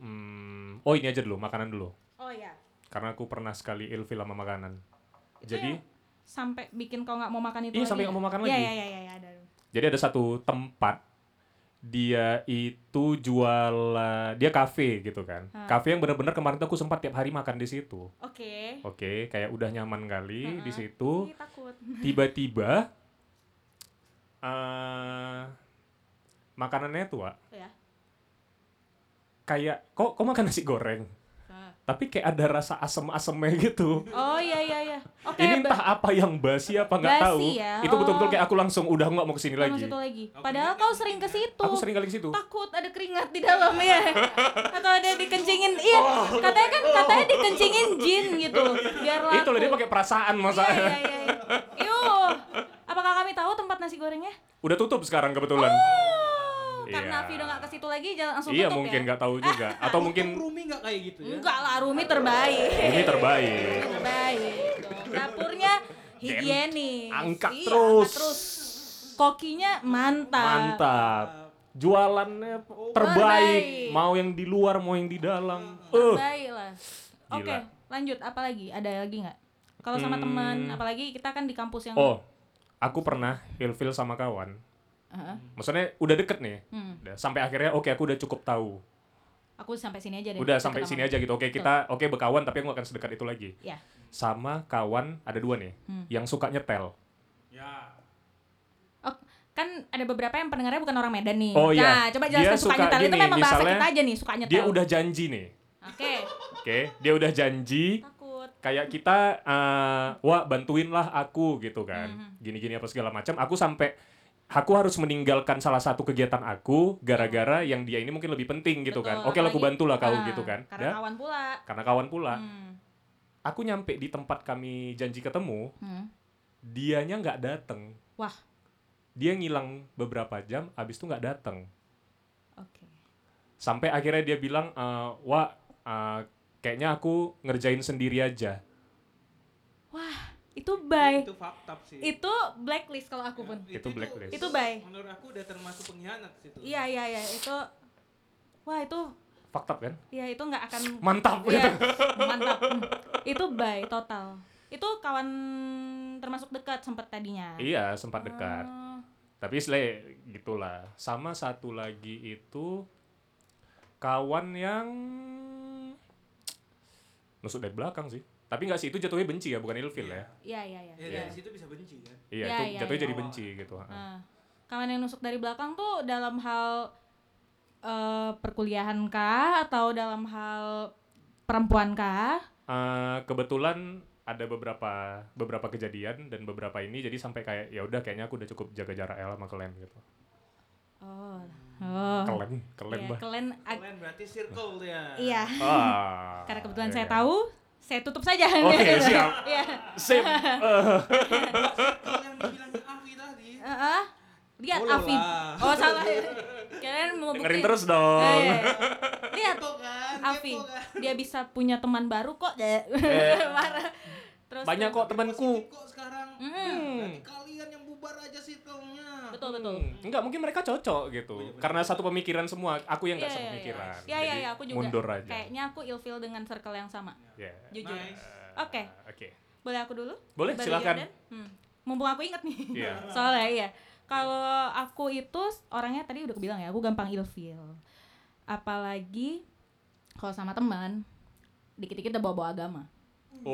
Speaker 2: hmm, oh ini aja dulu makanan dulu
Speaker 1: Oh ya.
Speaker 2: karena aku pernah sekali ilfil sama makanan.
Speaker 1: ya?
Speaker 2: Jadi
Speaker 1: sampai bikin kau nggak mau makan itu
Speaker 2: Iya,
Speaker 1: lagi
Speaker 2: sampai
Speaker 1: ya?
Speaker 2: nggak mau makan
Speaker 1: Iya,
Speaker 2: lagi.
Speaker 1: Iya, iya, iya, ada.
Speaker 2: jadi ada satu tempat dia itu jual dia kafe gitu kan.
Speaker 1: Ah.
Speaker 2: Kafe yang benar-benar kemarin tuh aku sempat tiap hari makan di situ.
Speaker 1: Oke.
Speaker 2: Oke, kayak udah nyaman kali
Speaker 1: Ah,
Speaker 2: di situ.
Speaker 1: Ih, takut.
Speaker 2: Tiba-tiba eh makanannya tuh Wak,
Speaker 1: Ya.
Speaker 2: kayak kok kok makan nasi goreng
Speaker 1: Ah.
Speaker 2: tapi kayak ada rasa asem-asemnya gitu.
Speaker 1: Oh iya iya iya. Oke.
Speaker 2: ini
Speaker 1: ba-
Speaker 2: entah apa yang basi apa nggak
Speaker 1: Basi
Speaker 2: tahu.
Speaker 1: ya,
Speaker 2: Itu
Speaker 1: oh.
Speaker 2: betul-betul kayak aku langsung udah nggak mau kesini
Speaker 1: sama
Speaker 2: lagi.
Speaker 1: situ lagi.
Speaker 3: Oke,
Speaker 1: Padahal
Speaker 3: ingat
Speaker 1: kau
Speaker 3: ya,
Speaker 1: sering ke
Speaker 3: ingat.
Speaker 1: situ.
Speaker 2: Aku sering kali ke situ.
Speaker 1: Takut ada keringat di dalam ya. Atau ada dikencingin. Iya,
Speaker 2: Oh.
Speaker 1: katanya kan katanya dikencingin jin gitu. Biar laku.
Speaker 2: Itu loh dia pakai perasaan
Speaker 1: Iya
Speaker 2: masalahnya.
Speaker 1: iya iya. Yuh. Apakah kami tahu tempat nasi gorengnya?
Speaker 2: Udah tutup sekarang kebetulan.
Speaker 1: Oh,
Speaker 2: Iya.
Speaker 1: karena Avi udah gak ke situ lagi, jangan langsung
Speaker 2: iya
Speaker 1: tutup
Speaker 2: mungkin
Speaker 1: ya.
Speaker 2: nggak tahu juga. Atau mungkin
Speaker 3: Untung Rumi nggak kayak gitu ya.
Speaker 1: Enggak lah, Rumi terbaik.
Speaker 2: ini
Speaker 1: Rumi
Speaker 2: terbaik.
Speaker 1: terbaik. dong. Dapurnya higienis.
Speaker 2: Angkat
Speaker 1: Iya,
Speaker 2: terus.
Speaker 1: terus. Kokinya mantap.
Speaker 2: Mantap. Jualannya terbaik.
Speaker 1: Terbaik.
Speaker 2: Mau yang di luar, mau yang di dalam. Eh,
Speaker 1: Baiklah. Oke,
Speaker 2: Gila.
Speaker 1: lanjut. Apa lagi? Ada lagi nggak? Kalau sama
Speaker 2: Hmm.
Speaker 1: teman, apalagi kita kan di kampus yang
Speaker 2: Oh, aku pernah ilfil sama kawan.
Speaker 1: Heeh.
Speaker 2: Maksudnya udah deket nih.
Speaker 1: Hmm.
Speaker 2: Udah, sampai akhirnya oke aku udah cukup tahu.
Speaker 1: Aku sampai sini aja deh.
Speaker 2: Udah sampai sini aja gitu. Oke,
Speaker 1: Betul.
Speaker 2: kita oke berkawan tapi aku gak akan sedekat itu lagi.
Speaker 1: Ya.
Speaker 2: Sama kawan ada dua nih
Speaker 1: Hmm.
Speaker 2: yang suka nyetel.
Speaker 3: Ya.
Speaker 1: Kan ada beberapa yang pendengarnya bukan orang Medan nih.
Speaker 2: Oh,
Speaker 1: Nah,
Speaker 2: iya.
Speaker 1: coba jelaskan
Speaker 2: Dia
Speaker 1: suka
Speaker 2: suka
Speaker 1: nyetel itu
Speaker 2: gini,
Speaker 1: memang bahasa
Speaker 2: misalnya,
Speaker 1: kita aja nih, suka nyetel.
Speaker 2: Dia udah janji nih.
Speaker 1: Oke,
Speaker 2: Oke, dia udah janji
Speaker 1: takut.
Speaker 2: kayak kita eh wah bantuin lah aku gitu kan
Speaker 1: Mhm.
Speaker 2: gini-gini apa segala macam aku sampai aku harus meninggalkan salah satu kegiatan aku gara-gara yang dia ini mungkin lebih penting gitu kan
Speaker 1: Hmm. Betul,
Speaker 2: oke lah aku
Speaker 1: apalagi-
Speaker 2: bantulah kau
Speaker 1: Ah,
Speaker 2: gitu kan
Speaker 1: Karena
Speaker 2: Dah,
Speaker 1: kawan pula.
Speaker 2: karena kawan pula
Speaker 1: Hmm.
Speaker 2: aku nyampe di tempat kami janji ketemu
Speaker 1: Hmm.
Speaker 2: dianya nggak dateng
Speaker 1: Wah.
Speaker 2: dia ngilang beberapa jam abis itu nggak dateng
Speaker 1: Oke.
Speaker 2: sampai akhirnya dia bilang eh wah eh, kayaknya aku ngerjain sendiri aja
Speaker 1: Itu bye.
Speaker 3: Itu fakta sih.
Speaker 1: Itu blacklist kalau aku pun.
Speaker 2: Itu blacklist.
Speaker 1: Itu bye.
Speaker 3: Menurut aku udah termasuk pengkhianat situ.
Speaker 1: Iya, iya, iya. Itu Wah, itu
Speaker 2: fakta kan
Speaker 1: ya itu nggak akan
Speaker 2: mantap gitu kan.
Speaker 1: Iya, mantap. Hmm. Itu bye total. Itu kawan termasuk dekat sempet tadinya.
Speaker 2: iya sempat dekat
Speaker 1: Ah,
Speaker 2: tapi sele gitulah sama satu lagi itu kawan yang nusuk dari belakang sih tapi nggak sih itu jatuhnya benci ya bukan ilfil ya
Speaker 1: Iya, iya, iya.
Speaker 3: Ya,
Speaker 2: Iya.
Speaker 3: dari situ bisa benci kan.
Speaker 2: iya
Speaker 1: Ya,
Speaker 2: itu
Speaker 1: ya,
Speaker 2: jatuhnya
Speaker 1: ya.
Speaker 2: jadi benci gitu ha.
Speaker 1: Ah. Kawan yang nusuk dari belakang tuh dalam hal eh, perkuliahan kah atau dalam hal perempuan kah?
Speaker 2: Eh, kebetulan ada beberapa beberapa kejadian dan beberapa ini jadi sampai kayak ya udah kayaknya aku udah cukup jaga jarak ya sama kalian gitu
Speaker 1: Oh. Oh.
Speaker 2: kalian kalian
Speaker 1: Iya,
Speaker 2: bah
Speaker 1: kelen ag-
Speaker 3: Kalian berarti circle dia.
Speaker 1: iya.
Speaker 2: Ah,
Speaker 1: Karena kebetulan
Speaker 2: iya
Speaker 1: saya
Speaker 2: kan.
Speaker 1: tahu, saya tutup saja.
Speaker 2: oke siap
Speaker 1: Iya.
Speaker 2: sip
Speaker 3: Kalau yang dibilangin Afi tadi.
Speaker 1: Heeh. Lihat
Speaker 3: Follow
Speaker 1: Afif.
Speaker 3: lah.
Speaker 1: Oh, salah. Kalian mau
Speaker 2: dengerin
Speaker 1: buktiin.
Speaker 2: terus dong
Speaker 1: Eh, Lihat
Speaker 3: Kepo kan?
Speaker 1: Afi,
Speaker 3: kepo kan?
Speaker 1: dia bisa punya teman baru kok. Eh, Marah. Terus
Speaker 2: banyak kok temanku
Speaker 3: Positif kok sekarang. Nah,
Speaker 1: Hmm.
Speaker 3: Berarti kalian yang bubar aja circle-nya.
Speaker 1: Betul, betul.
Speaker 2: Hmm, Enggak, mungkin mereka cocok gitu.
Speaker 3: Iya, benar.
Speaker 2: Karena satu pemikiran semua, aku yang
Speaker 1: Iya,
Speaker 2: enggak satu
Speaker 1: iya, iya.
Speaker 2: pemikiran.
Speaker 1: Iya, iya,
Speaker 2: Jadi
Speaker 1: iya, aku juga.
Speaker 2: Mundur aja.
Speaker 1: Kayaknya aku ilfil dengan circle yang sama.
Speaker 2: Iya.
Speaker 1: Jujur.
Speaker 3: Nice.
Speaker 1: Oke.
Speaker 2: Oke.
Speaker 1: Boleh aku dulu?
Speaker 2: Boleh,
Speaker 1: Baru
Speaker 2: silakan.
Speaker 1: Jordan? Hmm. Mumpung aku inget nih.
Speaker 2: Iya.
Speaker 1: Soalnya iya. Kalau aku itu orangnya tadi udah bilang ya, aku gampang ilfil. Apalagi kalau sama teman, dikit-dikit udah bawa-bawa agama.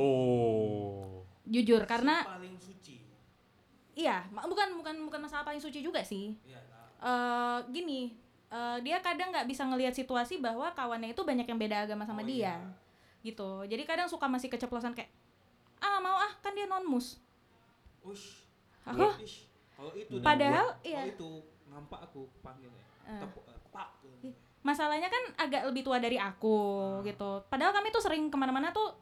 Speaker 2: Oh.
Speaker 1: Jujur, karena
Speaker 3: paling suci.
Speaker 1: iya, ma- bukan bukan bukan masalah paling suci juga sih.
Speaker 3: Iya,
Speaker 1: eh
Speaker 3: nah.
Speaker 1: gini, eh, dia kadang nggak bisa ngelihat situasi bahwa kawannya itu banyak yang beda agama sama
Speaker 3: Oh,
Speaker 1: dia, gitu. Jadi kadang suka masih keceplosan kayak, ah nggak mau ah kan dia non mus.
Speaker 3: Ush.
Speaker 1: Aku
Speaker 3: Ish, Kalau itu dah.
Speaker 1: padahal
Speaker 3: Kalau
Speaker 1: iya,
Speaker 3: itu nampak aku panggil ya.
Speaker 1: Eh.
Speaker 3: Tepuk, eh, pak.
Speaker 1: masalahnya kan agak lebih tua dari aku,
Speaker 3: Ah.
Speaker 1: gitu. Padahal kami tuh sering kemana-mana tuh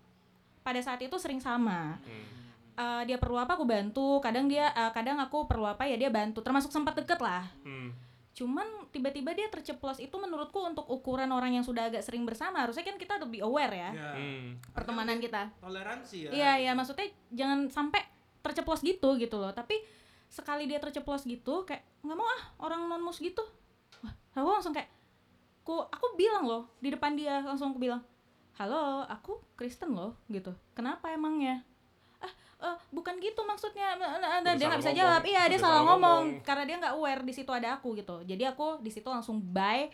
Speaker 1: pada saat itu sering sama.
Speaker 2: Hmm,
Speaker 1: Eh, dia perlu apa aku bantu, kadang dia, eh, kadang aku perlu apa ya dia bantu. Termasuk sempat deket lah.
Speaker 2: Hmm.
Speaker 1: Cuman tiba-tiba dia terceplos itu menurutku untuk ukuran orang yang sudah agak sering bersama harusnya kan kita lebih aware ya
Speaker 3: Ya,
Speaker 2: Hmm.
Speaker 1: pertemanan kita.
Speaker 3: Toleransi ya.
Speaker 1: Iya iya maksudnya jangan sampai terceplos gitu gitu loh. Tapi sekali dia terceplos gitu kayak nggak mau ah orang non mus gitu. Wah, aku langsung kayak ku aku bilang loh di depan dia langsung aku bilang halo aku Kristen loh gitu. Kenapa emangnya? Ah eh, bukan gitu maksudnya Eh, eh, eh, dia
Speaker 2: salah
Speaker 1: nggak bisa
Speaker 2: ngomong.
Speaker 1: jawab iya dia
Speaker 2: Udah
Speaker 1: salah
Speaker 2: salah
Speaker 1: ngomong
Speaker 2: ngomong.
Speaker 1: karena dia nggak aware di situ ada aku gitu jadi aku di situ langsung bye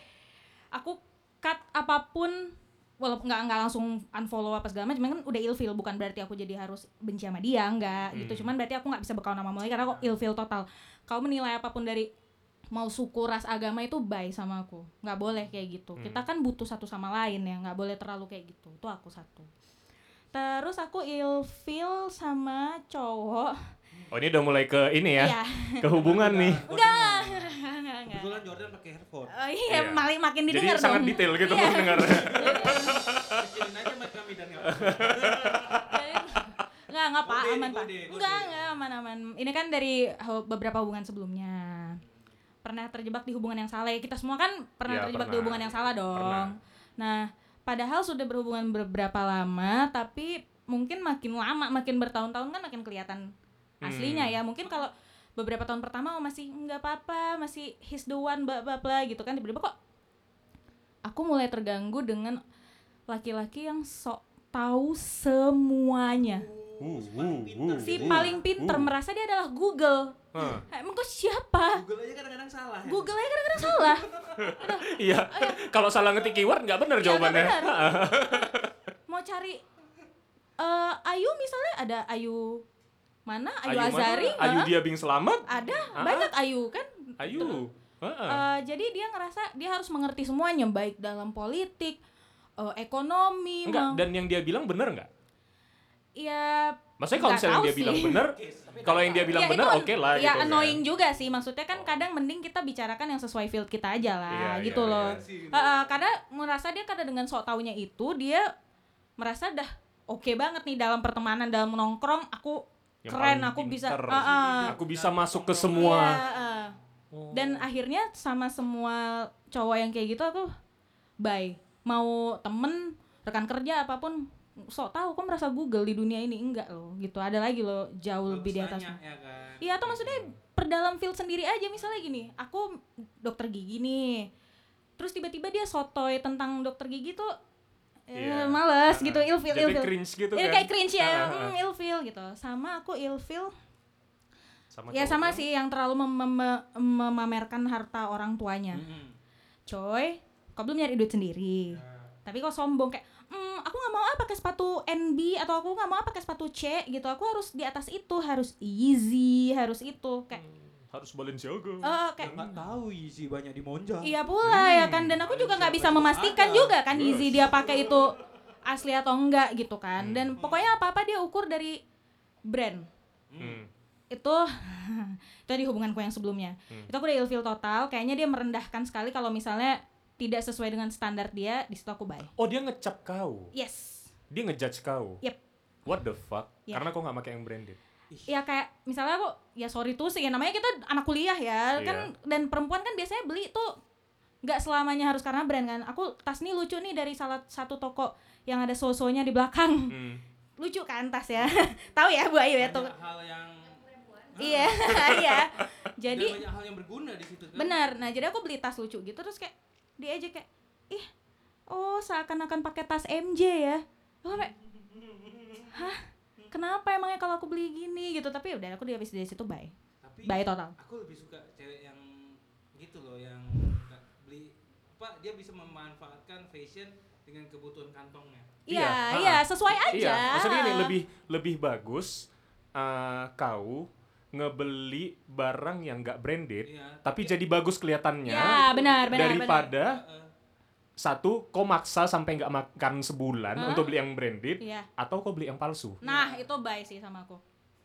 Speaker 1: aku cut apapun walaupun nggak nggak langsung unfollow apa segala macam cuman kan udah ilfil bukan berarti aku jadi harus benci sama dia nggak gitu
Speaker 2: Hmm. Iya.
Speaker 1: cuman berarti aku nggak bisa berkawan sama mulai karena aku ilfil total kau menilai apapun dari mau suku ras agama itu bye sama aku nggak boleh kayak gitu
Speaker 2: Hmm.
Speaker 1: kita kan butuh satu sama lain ya nggak boleh terlalu kayak gitu itu aku satu terus aku ilfil sama cowok
Speaker 2: Oh, ini udah mulai ke ini ya,
Speaker 1: Iya.
Speaker 2: ke hubungan nih.
Speaker 3: Enggak.
Speaker 1: Nggak, Iya, nggak.
Speaker 3: Kebetulan Jordan pakai headphone.
Speaker 1: Oh iya,
Speaker 2: Iya.
Speaker 1: malah makin
Speaker 2: Jadi
Speaker 1: didengar
Speaker 2: sangat
Speaker 1: dong.
Speaker 2: detail gitu
Speaker 1: Iya.
Speaker 2: mendengar.
Speaker 3: Kecilin aja mic kami dan nggak-
Speaker 1: Enggak, enggak Pak,
Speaker 3: Kode,
Speaker 1: aman Pak.
Speaker 3: kode, kode.
Speaker 1: Enggak, enggak aman-aman. Ini kan dari ho- beberapa hubungan sebelumnya. Pernah terjebak di hubungan yang salah ya. Kita semua kan pernah
Speaker 2: Ya,
Speaker 1: terjebak di
Speaker 2: pernah.
Speaker 1: hubungan yang salah dong.
Speaker 2: Pernah.
Speaker 1: Nah, padahal sudah berhubungan beberapa lama tapi mungkin makin lama, makin bertahun-tahun kan makin kelihatan aslinya
Speaker 2: Hmm.
Speaker 1: ya. Mungkin kalau beberapa tahun pertama oh, masih nggak apa-apa, masih his the one bla bla bla gitu kan tiba-tiba kok aku mulai terganggu dengan laki-laki yang sok tahu semuanya.
Speaker 2: Uh,
Speaker 5: si paling pinter.
Speaker 1: Iya.
Speaker 2: uh, uh.
Speaker 1: si
Speaker 2: Google.
Speaker 1: paling pinter
Speaker 2: Uh.
Speaker 1: merasa dia adalah Google
Speaker 2: Hah.
Speaker 1: emang kok siapa
Speaker 3: Google aja kadang-kadang salah. ya.
Speaker 1: Google aja kadang-kadang salah
Speaker 2: Iya, kalau salah ngetik keyword nggak bener
Speaker 1: Iya,
Speaker 2: jawabannya.
Speaker 1: nggak bener. mau cari eh Ayu misalnya ada Ayu mana Ayu,
Speaker 2: mana?
Speaker 1: Azari
Speaker 2: Ayu
Speaker 1: heeh.
Speaker 2: dia bing selamat.
Speaker 1: ada
Speaker 2: Ah.
Speaker 1: banyak Ayu kan
Speaker 2: Ayu. Heeh.
Speaker 1: Eh, jadi dia ngerasa dia harus mengerti semuanya baik dalam politik eh, ekonomi mau-
Speaker 2: Enggak, dan yang dia bilang bener nggak?
Speaker 1: ya
Speaker 2: Maksudnya kalau
Speaker 1: Nggak
Speaker 2: misalnya
Speaker 1: tahu
Speaker 2: dia
Speaker 1: sih.
Speaker 2: bilang bener, kalau yang dia bilang
Speaker 1: ya
Speaker 2: bener
Speaker 1: itu
Speaker 2: oke
Speaker 1: ya
Speaker 2: lah gitu kan. Oh.
Speaker 1: annoying juga sih maksudnya kan kadang mending kita bicarakan yang sesuai field kita aja lah
Speaker 2: Iya,
Speaker 1: gitu
Speaker 2: iya,
Speaker 1: loh
Speaker 2: iya.
Speaker 3: Sih, gitu.
Speaker 1: Eh, eh, karena merasa dia karena dengan sok taunya itu dia merasa dah oke banget nih dalam pertemanan dalam nongkrong aku
Speaker 2: Yang
Speaker 1: keren
Speaker 2: paling
Speaker 1: aku bisa
Speaker 2: pinter.
Speaker 1: eh, eh.
Speaker 2: Aku bisa masuk ke semua. Oh.
Speaker 1: Iya, eh. dan akhirnya sama semua cowok yang kayak gitu aku bye mau temen rekan kerja apapun sok tahu kok merasa Google di dunia ini enggak loh gitu ada lagi loh jauh
Speaker 3: Bagus
Speaker 1: lebih di
Speaker 3: nanya,
Speaker 1: atas
Speaker 3: ya kan?
Speaker 1: Iya atau maksudnya perdalam field sendiri aja misalnya gini, aku dokter gigi nih. Terus tiba-tiba dia sotoy tentang dokter gigi tuh eh,
Speaker 2: Iya.
Speaker 1: males gitu,
Speaker 2: Heeh.
Speaker 1: ilfil
Speaker 2: Jadi
Speaker 1: ilfil.
Speaker 2: cringe gitu
Speaker 1: Iya
Speaker 2: kan.
Speaker 1: kayak cringe ya,
Speaker 2: Heeh,
Speaker 1: hmm,
Speaker 2: heeh.
Speaker 1: ilfil gitu. Sama aku ilfil.
Speaker 2: Sama
Speaker 1: Ya
Speaker 2: cowok
Speaker 1: sama
Speaker 2: kan?
Speaker 1: sih yang terlalu mem- mem- memamerkan harta orang tuanya.
Speaker 2: Hmm.
Speaker 3: Mm-mm.
Speaker 1: Coy, kau belum nyari duit
Speaker 2: Iya.
Speaker 1: sendiri. Tapi kok sombong kayak "Hmm, aku nggak mau ah pakai sepatu NB atau aku nggak mau ah pakai sepatu C gitu. Aku harus di atas itu, harus easy, harus itu kayak
Speaker 2: harus Iya, Balenciaga.
Speaker 1: Oh,
Speaker 3: Ya
Speaker 1: kayak
Speaker 3: nggak tahu isi banyak dimonjang.
Speaker 1: Iya pula ya kan dan aku juga nggak bisa memastikan
Speaker 3: ada.
Speaker 1: juga kan Yeezy dia pakai itu asli atau enggak gitu kan dan pokoknya apa apa dia ukur dari brand
Speaker 2: Hmm.
Speaker 1: itu itu di hubunganku yang sebelumnya itu aku udah ilfil total kayaknya dia merendahkan sekali kalau misalnya tidak sesuai dengan standar dia di situ aku bye
Speaker 2: Oh dia ngecap kau,
Speaker 1: yes
Speaker 2: dia ngejudge kau.
Speaker 1: Iya. Yep.
Speaker 2: What the fuck?
Speaker 1: Iya.
Speaker 2: Karena kau nggak pakai yang branded.
Speaker 1: ya kayak misalnya aku ya sorry tuh sih ya, namanya kita anak kuliah ya
Speaker 2: Iya.
Speaker 1: kan dan perempuan kan biasanya beli tuh nggak selamanya harus karena brand kan aku tas nih lucu nih dari salah satu toko yang ada sosonya di belakang
Speaker 2: Hmm.
Speaker 1: lucu kan tas ya tahu ya Bu Ayu ya
Speaker 3: Banyak
Speaker 1: tuh
Speaker 3: hal yang
Speaker 1: iya iya
Speaker 3: dan
Speaker 1: jadi
Speaker 3: banyak hal yang berguna di situ kan.
Speaker 1: benar nah jadi aku beli tas lucu gitu terus kayak dia aja kayak ih oh seakan-akan pakai tas MJ ya aku kayak hah kenapa emangnya kalau aku beli gini gitu tapi udah aku habis dari situ bye
Speaker 3: Tapi
Speaker 1: bye total
Speaker 3: aku lebih suka cewek yang gitu loh yang nggak beli apa dia bisa memanfaatkan fashion dengan kebutuhan kantongnya.
Speaker 1: Iya,
Speaker 2: Iya,
Speaker 1: iya,
Speaker 2: ha-ha.
Speaker 1: sesuai aja.
Speaker 2: Iya, maksudnya ini lebih lebih bagus eh, kau ngebeli barang yang nggak branded,
Speaker 3: Iya.
Speaker 2: tapi jadi bagus kelihatannya
Speaker 1: Ya, benar, benar,
Speaker 2: daripada
Speaker 3: Heeh.
Speaker 2: satu kau maksa sampai nggak makan sebulan
Speaker 1: Hah?
Speaker 2: untuk beli yang branded,
Speaker 1: Iya.
Speaker 2: atau kau beli yang palsu.
Speaker 1: Nah, itu bye sih sama aku.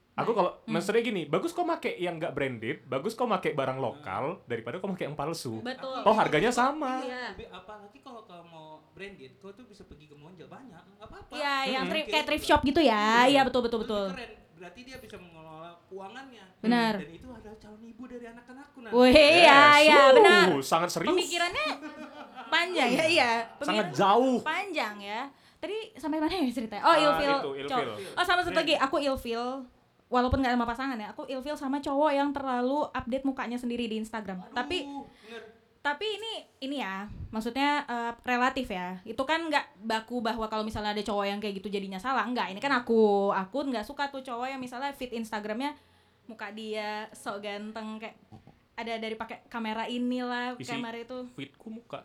Speaker 1: Nah,
Speaker 2: Aku kalau
Speaker 1: hmm.
Speaker 2: maksudnya gini, bagus kau make yang nggak branded, bagus kau make barang lokal daripada kau make yang palsu.
Speaker 1: Betul.
Speaker 2: Toh Oh, harganya sama.
Speaker 1: Iya.
Speaker 3: Lebih apalagi kalau kamu mau branded, kau tuh bisa pergi ke monjol banyak, nggak apa-apa.
Speaker 1: Iya, yang
Speaker 2: Hmm.
Speaker 3: Oke.
Speaker 1: thrift kayak thrift shop gitu ya. Iya, betul betul
Speaker 3: Lebih
Speaker 1: betul.
Speaker 3: Keren. Berarti dia bisa mengelola keuangannya.
Speaker 1: Benar.
Speaker 3: Dan itu adalah calon ibu dari anak-anakku nanti.
Speaker 1: Wih, iya,
Speaker 2: Yes,
Speaker 1: iya,
Speaker 2: uh,
Speaker 1: benar.
Speaker 2: Sangat serius.
Speaker 1: Pemikirannya panjang ya, iya.
Speaker 2: sangat
Speaker 1: Pemikiran
Speaker 2: jauh.
Speaker 1: panjang ya. Tadi sampai mana ya ceritanya? Oh,
Speaker 2: Ah,
Speaker 1: ilfil.
Speaker 2: itu, ilfil. Iya.
Speaker 1: cowok. Oh, sama satu lagi, aku ilfil walaupun nggak sama pasangan ya, aku ilfil sama cowok yang terlalu update mukanya sendiri di Instagram.
Speaker 3: Aduh,
Speaker 1: Tapi
Speaker 3: bener.
Speaker 1: tapi ini ini ya maksudnya eh, relatif ya itu kan nggak baku bahwa kalau misalnya ada cowok yang kayak gitu jadinya salah nggak ini kan aku aku nggak suka tuh cowok yang misalnya fit instagramnya muka dia sok ganteng kayak ada dari pakai kamera inilah
Speaker 2: Isi.
Speaker 1: kamera itu
Speaker 2: Fitku muka.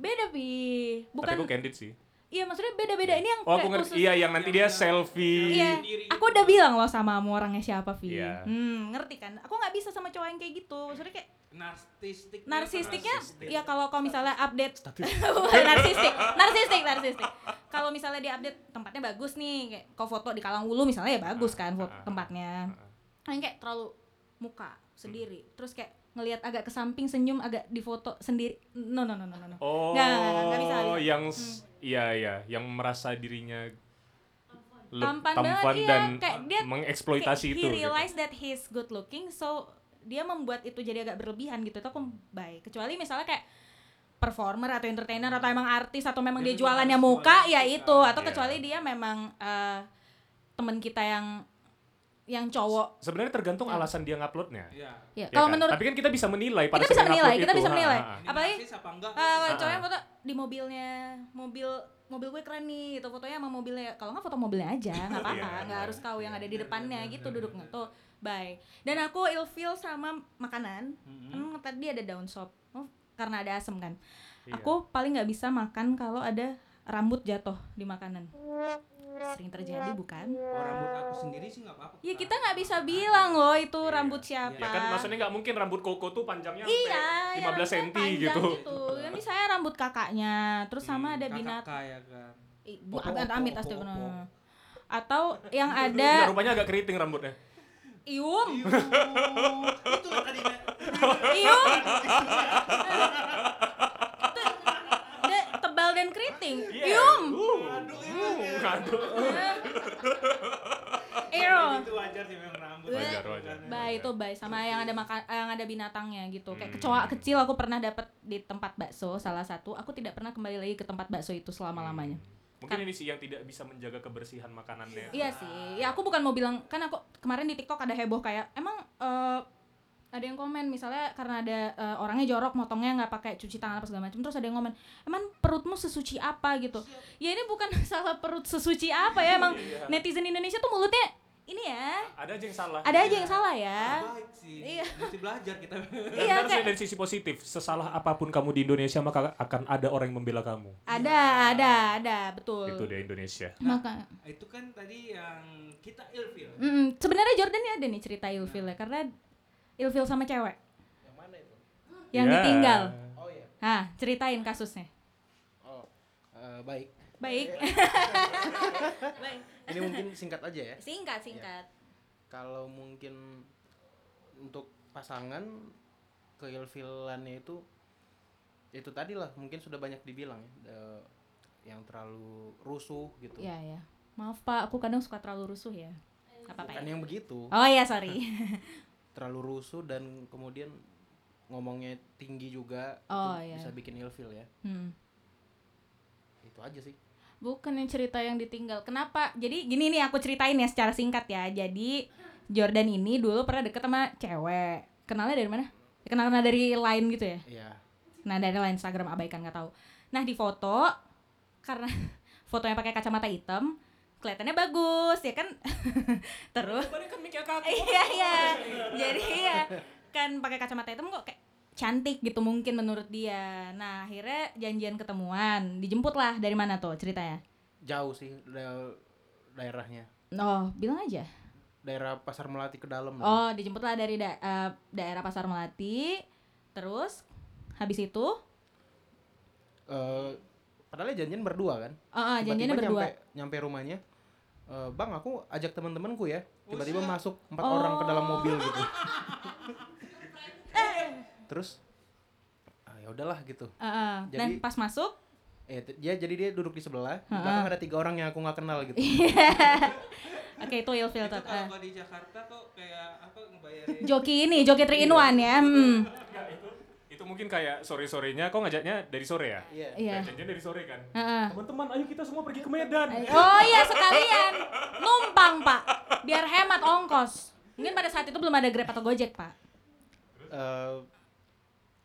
Speaker 1: beda pi
Speaker 2: Tapi
Speaker 1: bukan
Speaker 2: aku candid sih.
Speaker 1: iya maksudnya beda beda ini yang
Speaker 2: Oh aku
Speaker 1: kayak
Speaker 2: ngerti,
Speaker 1: khusus-
Speaker 2: iya yang nanti dia selfie
Speaker 1: Iya,
Speaker 3: sendiri
Speaker 1: aku udah bilang loh sama kamu orangnya siapa Vi.
Speaker 2: Iya.
Speaker 1: Hmm, ngerti kan? Aku nggak bisa sama cowok yang kayak gitu. Maksudnya kayak
Speaker 3: Narsistik.
Speaker 1: narsistiknya
Speaker 3: narsistik.
Speaker 1: ya kalau kau misalnya update Bukan, narsistik narsistik narsistik kalau misalnya dia update tempatnya bagus nih kayak kau foto di Kalang Wulu misalnya ya bagus
Speaker 2: Ah,
Speaker 1: kan foto
Speaker 2: ah, ah,
Speaker 1: tempatnya kan kayak terlalu muka sendiri
Speaker 2: Hmm.
Speaker 1: terus kayak ngelihat agak ke samping senyum agak di foto sendiri no no no no no, no.
Speaker 2: Oh,
Speaker 1: Nggak, nggak, nggak, nggak bisa, nggak bisa. Hmm.
Speaker 2: yang s- iya iya, yang merasa dirinya le-
Speaker 1: Tampan banget, iya.
Speaker 2: dan
Speaker 1: Kayak dia-
Speaker 2: mengeksploitasi
Speaker 1: Kayak
Speaker 2: itu.
Speaker 1: he
Speaker 2: gitu.
Speaker 1: realize that he's good looking so dia membuat itu jadi agak berlebihan gitu itu aku baik kecuali misalnya kayak performer atau entertainer atau emang artis atau memang dia
Speaker 3: Dia memang
Speaker 1: jualannya
Speaker 3: harus
Speaker 1: muka ya
Speaker 3: jualan.
Speaker 1: itu atau
Speaker 2: Iya.
Speaker 1: kecuali dia memang eh, temen kita yang yang cowok
Speaker 2: Sebenarnya tergantung alasan dia nguploadnya.
Speaker 3: Iya.
Speaker 1: ya,
Speaker 2: Ya
Speaker 1: Hmm. kalau
Speaker 2: kan?
Speaker 1: menurut
Speaker 2: Tapi kan kita bisa menilai pada
Speaker 1: kita bisa
Speaker 2: saat
Speaker 1: menilai
Speaker 2: ngupload
Speaker 1: kita
Speaker 2: itu. Ah,
Speaker 1: bisa
Speaker 2: Ha,
Speaker 1: menilai
Speaker 2: ha, ha.
Speaker 3: Ini
Speaker 1: apalagi
Speaker 3: narsis apa enggak?
Speaker 1: eh,
Speaker 2: Ah,
Speaker 1: cowoknya
Speaker 2: ah.
Speaker 1: foto di mobilnya mobil mobil gue keren nih gitu fotonya sama mobilnya kalau nggak foto mobilnya aja nggak apa-apa
Speaker 2: Iya,
Speaker 1: nggak
Speaker 2: iya.
Speaker 1: harus kau yang ada di
Speaker 3: Bener,
Speaker 1: depannya
Speaker 3: bener,
Speaker 1: gitu
Speaker 3: bener,
Speaker 1: duduk
Speaker 3: bener.
Speaker 1: tuh bye dan aku ilfeel sama makanan
Speaker 3: Mm-mm.
Speaker 1: Hmm, tadi ada daun sop Oh, karena ada asem kan
Speaker 2: Iya.
Speaker 1: aku paling nggak bisa makan kalau ada rambut jatuh di makanan sering terjadi bukan
Speaker 3: Oh, rambut aku sendiri sih nggak apa-apa.
Speaker 1: ya
Speaker 3: Kak.
Speaker 1: kita nggak bisa bilang loh itu
Speaker 2: Iya.
Speaker 1: rambut
Speaker 3: Iya.
Speaker 1: siapa
Speaker 2: Ya kan maksudnya nggak mungkin rambut koko tuh panjangnya
Speaker 1: Iya,
Speaker 2: sampai 15 cm
Speaker 1: panjang
Speaker 2: gitu. Hmm,
Speaker 1: gitu. Ini saya rambut kakaknya, terus sama ada
Speaker 3: Kakak
Speaker 1: binatang
Speaker 3: kaya kan.
Speaker 1: Ibu
Speaker 4: Opo,
Speaker 1: amit
Speaker 4: opo,
Speaker 1: amit
Speaker 4: opo, opo.
Speaker 1: astagfirullah. Atau yang
Speaker 2: Nah,
Speaker 1: ada
Speaker 2: rupanya agak keriting rambutnya.
Speaker 1: ium,
Speaker 3: Yuh, itu yang tadi Nek.
Speaker 1: ium. Itu de- tebal dan keriting. Ium.
Speaker 2: Uh,
Speaker 3: Aduh, itu
Speaker 2: uh, aduh.
Speaker 1: Ium.
Speaker 3: Itu wajar sih memang rambut.
Speaker 1: Wajar,
Speaker 2: wajar.
Speaker 1: Bye itu bye sama yang ada makan yang ada binatangnya gitu. Kayak
Speaker 2: Hmm.
Speaker 1: kecoa kecil aku pernah dapat di tempat bakso salah satu. Aku tidak pernah kembali lagi ke tempat bakso itu selama-lamanya.
Speaker 2: Hmm. Mungkin ini sih yang tidak bisa menjaga kebersihan
Speaker 1: Kan.
Speaker 2: makanannya.
Speaker 1: Iya sih, ya aku bukan mau bilang kan aku kemarin di TikTok ada heboh kayak emang eh, ada yang komen misalnya karena ada eh, orangnya jorok motongnya nggak pakai cuci tangan apa segala macam terus ada yang komen emang perutmu sesuci apa gitu ya ini bukan salah perut sesuci apa ya emang netizen Indonesia tuh mulutnya ini ya
Speaker 2: Ada aja yang salah.
Speaker 1: ada aja yang salah ya
Speaker 3: Baik sih.
Speaker 1: Iya.
Speaker 3: Mesti belajar kita.
Speaker 2: Dan
Speaker 1: iya
Speaker 2: harusnya
Speaker 1: kayak
Speaker 2: dari sisi positif, sesalah apapun kamu di Indonesia maka akan ada orang yang membela kamu.
Speaker 1: ada ada ada betul
Speaker 2: Itu dia Indonesia.
Speaker 1: maka
Speaker 3: Itu kan tadi yang kita ilfil.
Speaker 1: Mm, sebenarnya Jordan ini ada nih cerita ilfil ya karena ilfil sama cewek
Speaker 4: Yang mana itu?
Speaker 1: yang
Speaker 2: Ya.
Speaker 1: ditinggal
Speaker 4: Oh iya.
Speaker 1: Hah, ceritain kasusnya
Speaker 4: Oh. eh, baik.
Speaker 1: Baik. Baik.
Speaker 4: Ini mungkin singkat aja ya.
Speaker 1: Singkat, singkat.
Speaker 4: Kalau mungkin untuk pasangan keilfilannya itu itu tadi lah mungkin sudah banyak dibilang ya. Eh, yang terlalu rusuh gitu.
Speaker 1: Iya, ya. Maaf Pak, aku kadang suka terlalu rusuh ya. Gak apa-apa
Speaker 4: Bukan
Speaker 1: ya.
Speaker 4: yang begitu.
Speaker 1: Oh ya, sorry.
Speaker 4: terlalu rusuh dan kemudian ngomongnya tinggi juga
Speaker 1: Oh,
Speaker 4: itu
Speaker 1: iya.
Speaker 4: bisa bikin ilfil ya
Speaker 1: Hmm.
Speaker 4: itu aja sih
Speaker 1: Bukan yang cerita yang ditinggal. Kenapa? Jadi gini nih aku ceritain ya secara singkat ya. Jadi Jordan ini dulu pernah deket sama cewek. Kenalnya dari mana? Kenalnya dari line gitu ya.
Speaker 4: ya
Speaker 1: Nah dari line Instagram abaikan nggak tahu. Nah di foto karena fotonya pakai kacamata hitam kelihatannya bagus ya kan terus iya iya jadi ya kan pakai kacamata hitam kok kayak cantik gitu mungkin menurut dia nah akhirnya janjian ketemuan dijemput lah dari mana tuh ceritanya
Speaker 4: jauh sih da- daerahnya
Speaker 1: oh bilang aja
Speaker 4: daerah pasar melati ke dalam lah.
Speaker 1: oh dijemput lah dari da- eh, daerah pasar melati terus habis itu
Speaker 4: Eh, padahal janjian berdua kan
Speaker 1: oh, oh, janjiannya
Speaker 4: Tiba-tiba
Speaker 1: berdua
Speaker 4: nyampe, nyampe rumahnya eh, bang aku ajak teman-temanku ya
Speaker 3: Oh,
Speaker 4: tiba-tiba
Speaker 3: siap.
Speaker 4: masuk empat
Speaker 1: Oh.
Speaker 4: orang ke dalam mobil gitu terus ah, ya udahlah gitu
Speaker 1: Eh, eh. dan
Speaker 4: Jadi-
Speaker 1: pas masuk
Speaker 4: eh t- dia jadi dia duduk di sebelah di
Speaker 1: Ha-ha.
Speaker 4: belakang ada tiga orang yang aku nggak kenal gitu
Speaker 1: oke itu ilfil
Speaker 3: Itu
Speaker 1: tuh
Speaker 3: kalau
Speaker 1: eh.
Speaker 3: nggak di Jakarta kok kayak apa ngebayarin
Speaker 1: joki ini joki 3 in one ya hmm.
Speaker 2: Itu mungkin kayak sore-sorenya, kok ngajaknya dari sore ya?
Speaker 4: iya
Speaker 1: iya
Speaker 2: Janjian dari sore kan?
Speaker 1: Eh, eh.
Speaker 2: Teman-teman, ayo kita semua pergi ke Medan.
Speaker 1: Ay- Oh iya sekalian numpang pak biar hemat ongkos. Mungkin pada saat itu belum ada Grab atau Gojek pak.
Speaker 4: eh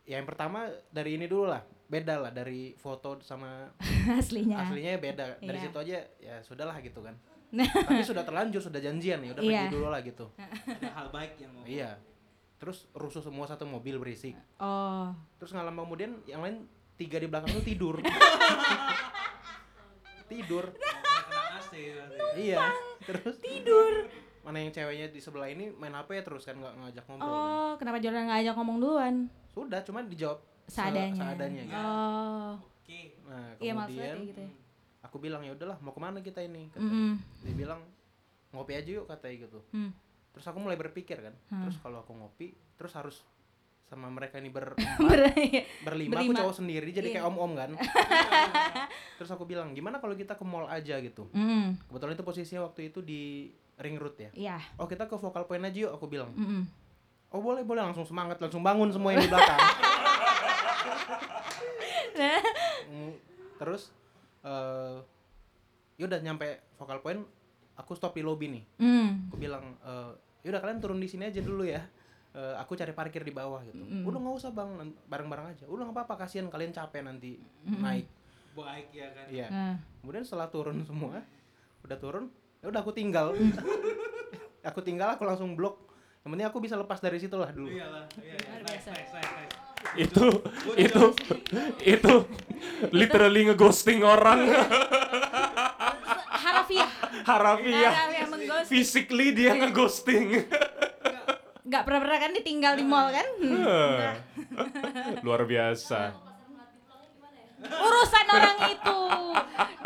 Speaker 4: ya yang pertama dari ini dulu lah beda lah dari foto sama
Speaker 1: Aslinya.
Speaker 4: aslinya ya beda dari
Speaker 1: Iya.
Speaker 4: situ aja ya sudahlah gitu kan
Speaker 1: Nah.
Speaker 4: tapi sudah terlanjur sudah janjian ya udah
Speaker 1: Iya.
Speaker 4: pergi dulu lah gitu
Speaker 3: ada hal baik yang mau.
Speaker 4: iya terus rusuh semua satu mobil berisik
Speaker 1: Oh.
Speaker 4: terus nggak lama kemudian yang lain tiga di belakang tuh tidur tidur
Speaker 3: Kena AC berarti.
Speaker 4: iya terus tidur mana yang ceweknya di sebelah ini main hp terus kan nggak ngajak ngobrol kan.
Speaker 1: Oh kenapa Jordan nggak ajak ngomong duluan?
Speaker 4: sudah cuman dijawab se-
Speaker 1: Seadanya.
Speaker 4: seadanya gitu.
Speaker 1: Oh.
Speaker 3: Oke. Hmm.
Speaker 4: nah
Speaker 1: Iya maksudnya
Speaker 4: kemudian
Speaker 1: kayak gitu ya.
Speaker 4: aku bilang ya udahlah mau kemana kita ini katanya.
Speaker 1: Mm-mm.
Speaker 4: dia bilang ngopi aja yuk katanya gitu
Speaker 1: Hmm.
Speaker 4: terus aku mulai berpikir kan terus kalau aku ngopi terus harus sama mereka ini ber
Speaker 1: Berarti-
Speaker 4: berlima aku
Speaker 1: Berlima.
Speaker 4: cowok sendiri
Speaker 1: Iya.
Speaker 4: jadi kayak om om kan terus aku bilang gimana kalau kita ke mall aja gitu
Speaker 1: Mm.
Speaker 4: kebetulan itu posisinya waktu itu di ring road ya
Speaker 1: Iya.
Speaker 4: oh kita ke vokal point aja yuk aku bilang
Speaker 1: Mm-mm.
Speaker 4: oh boleh boleh langsung semangat langsung bangun semua yang di belakang
Speaker 1: Nah,
Speaker 4: Mm, terus eh yaudah nyampe vokal point aku stop di lobby nih
Speaker 1: mm.
Speaker 4: aku bilang "Eh, yaudah kalian turun di sini aja dulu ya Eh, aku cari parkir di bawah gitu
Speaker 1: Mm.
Speaker 4: udah nggak usah bang nan- bareng-bareng aja udah nggak apa-apa kasihan kalian capek nanti naik
Speaker 3: baik ya kan
Speaker 4: Iya.
Speaker 1: Nah,
Speaker 4: Kemudian setelah turun semua, udah turun, ya udah aku tinggal. aku tinggal, aku langsung blok. Yang penting aku bisa lepas dari situ lah dulu.
Speaker 3: iyalah iya iya
Speaker 1: Luar
Speaker 3: nice
Speaker 1: biasa.
Speaker 3: nice nice nice
Speaker 2: itu
Speaker 3: Good
Speaker 2: itu itu literally ngeghosting orang
Speaker 1: harafiah.
Speaker 2: harafiah
Speaker 1: Harafiah mengghost.
Speaker 2: physically dia ngeghosting
Speaker 1: Nggak pernah-pernah kan ditinggal di mall kan? Hmm.
Speaker 2: Iya. luar biasa
Speaker 1: Nah, Urusan orang itu.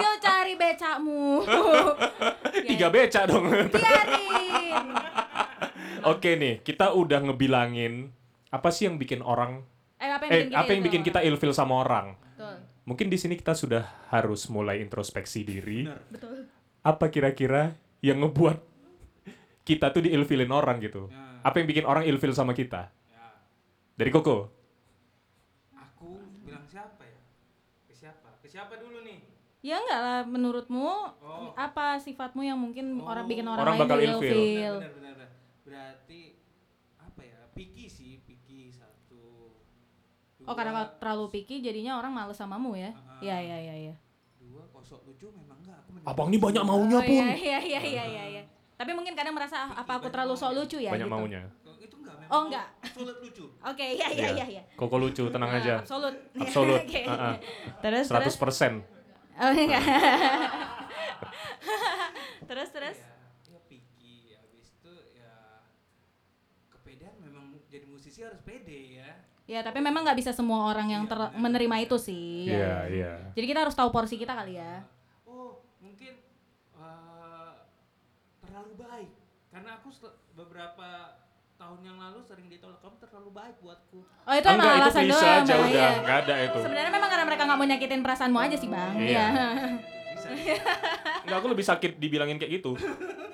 Speaker 1: Dia cari becamu. Ya,
Speaker 2: tiga beca dong
Speaker 1: Iya. Biarin.
Speaker 2: oke nih kita udah ngebilangin apa sih yang bikin orang
Speaker 1: Eh, apa yang
Speaker 2: eh
Speaker 1: bikin kita
Speaker 2: apa yang
Speaker 1: ilfil
Speaker 2: bikin
Speaker 1: sama
Speaker 2: kita
Speaker 1: orang?
Speaker 2: ilfil sama orang
Speaker 1: Betul.
Speaker 2: mungkin di sini kita sudah harus mulai introspeksi diri
Speaker 3: Benar.
Speaker 1: Betul.
Speaker 2: apa kira-kira yang ngebuat kita tuh diilfilin orang gitu
Speaker 3: Nah.
Speaker 2: apa yang bikin orang ilfil sama kita
Speaker 3: ya
Speaker 2: dari koko
Speaker 3: aku bilang siapa ya ke siapa ke siapa dulu nih
Speaker 1: Ya enggak lah menurutmu
Speaker 3: Oh.
Speaker 1: apa sifatmu yang mungkin
Speaker 3: Oh.
Speaker 1: orang bikin orang,
Speaker 2: Orang
Speaker 1: lain
Speaker 2: bakal
Speaker 1: jadi
Speaker 2: ilfil.
Speaker 1: ilfil.
Speaker 3: benar benar benar berarti apa ya piki sih piki satu
Speaker 1: Oh karena kalau terlalu picky jadinya orang males samamu ya?
Speaker 3: Ah.
Speaker 1: Iya iya iya iya.
Speaker 3: dua kosok lucu memang enggak aku
Speaker 2: abang ini banyak maunya
Speaker 1: Oh,
Speaker 2: pun
Speaker 1: Iya iya iya iya iya. iya. Tapi mungkin kadang merasa "Ah, apa aku terlalu sok lucu ya?
Speaker 2: banyak
Speaker 1: gitu.
Speaker 2: maunya
Speaker 3: Kalau itu enggak memang
Speaker 1: Oh, enggak.
Speaker 3: sulit lucu
Speaker 1: Oke iya iya iya. iya.
Speaker 2: koko lucu tenang
Speaker 1: Nah,
Speaker 2: aja
Speaker 1: Absolut.
Speaker 2: absolut
Speaker 1: Oke.
Speaker 2: Heeh.
Speaker 1: Terus terus.
Speaker 2: 100% persen
Speaker 1: Oh, enggak. terus terus.
Speaker 3: ya, ya piki habis itu ya kepedean memang mu- jadi musisi harus pede ya
Speaker 1: Ya tapi memang nggak bisa semua orang yang ter- menerima itu sih.
Speaker 2: iya iya
Speaker 1: Jadi kita harus tahu porsi kita kali ya.
Speaker 3: oh mungkin eh, terlalu baik karena aku sel- beberapa tahun yang lalu sering ditolak kamu terlalu baik buatku
Speaker 1: Oh itu
Speaker 2: Ah,
Speaker 1: emang
Speaker 2: enggak itu
Speaker 1: alasan
Speaker 2: bisa
Speaker 1: doang.
Speaker 2: aja
Speaker 1: Bang.
Speaker 2: udah
Speaker 1: Iya.
Speaker 2: nggak ada itu
Speaker 1: Sebenarnya memang karena mereka nggak mau nyakitin perasaanmu aja sih bang.
Speaker 2: Iya.
Speaker 3: bisa ya?
Speaker 2: nggak aku lebih sakit dibilangin kayak gitu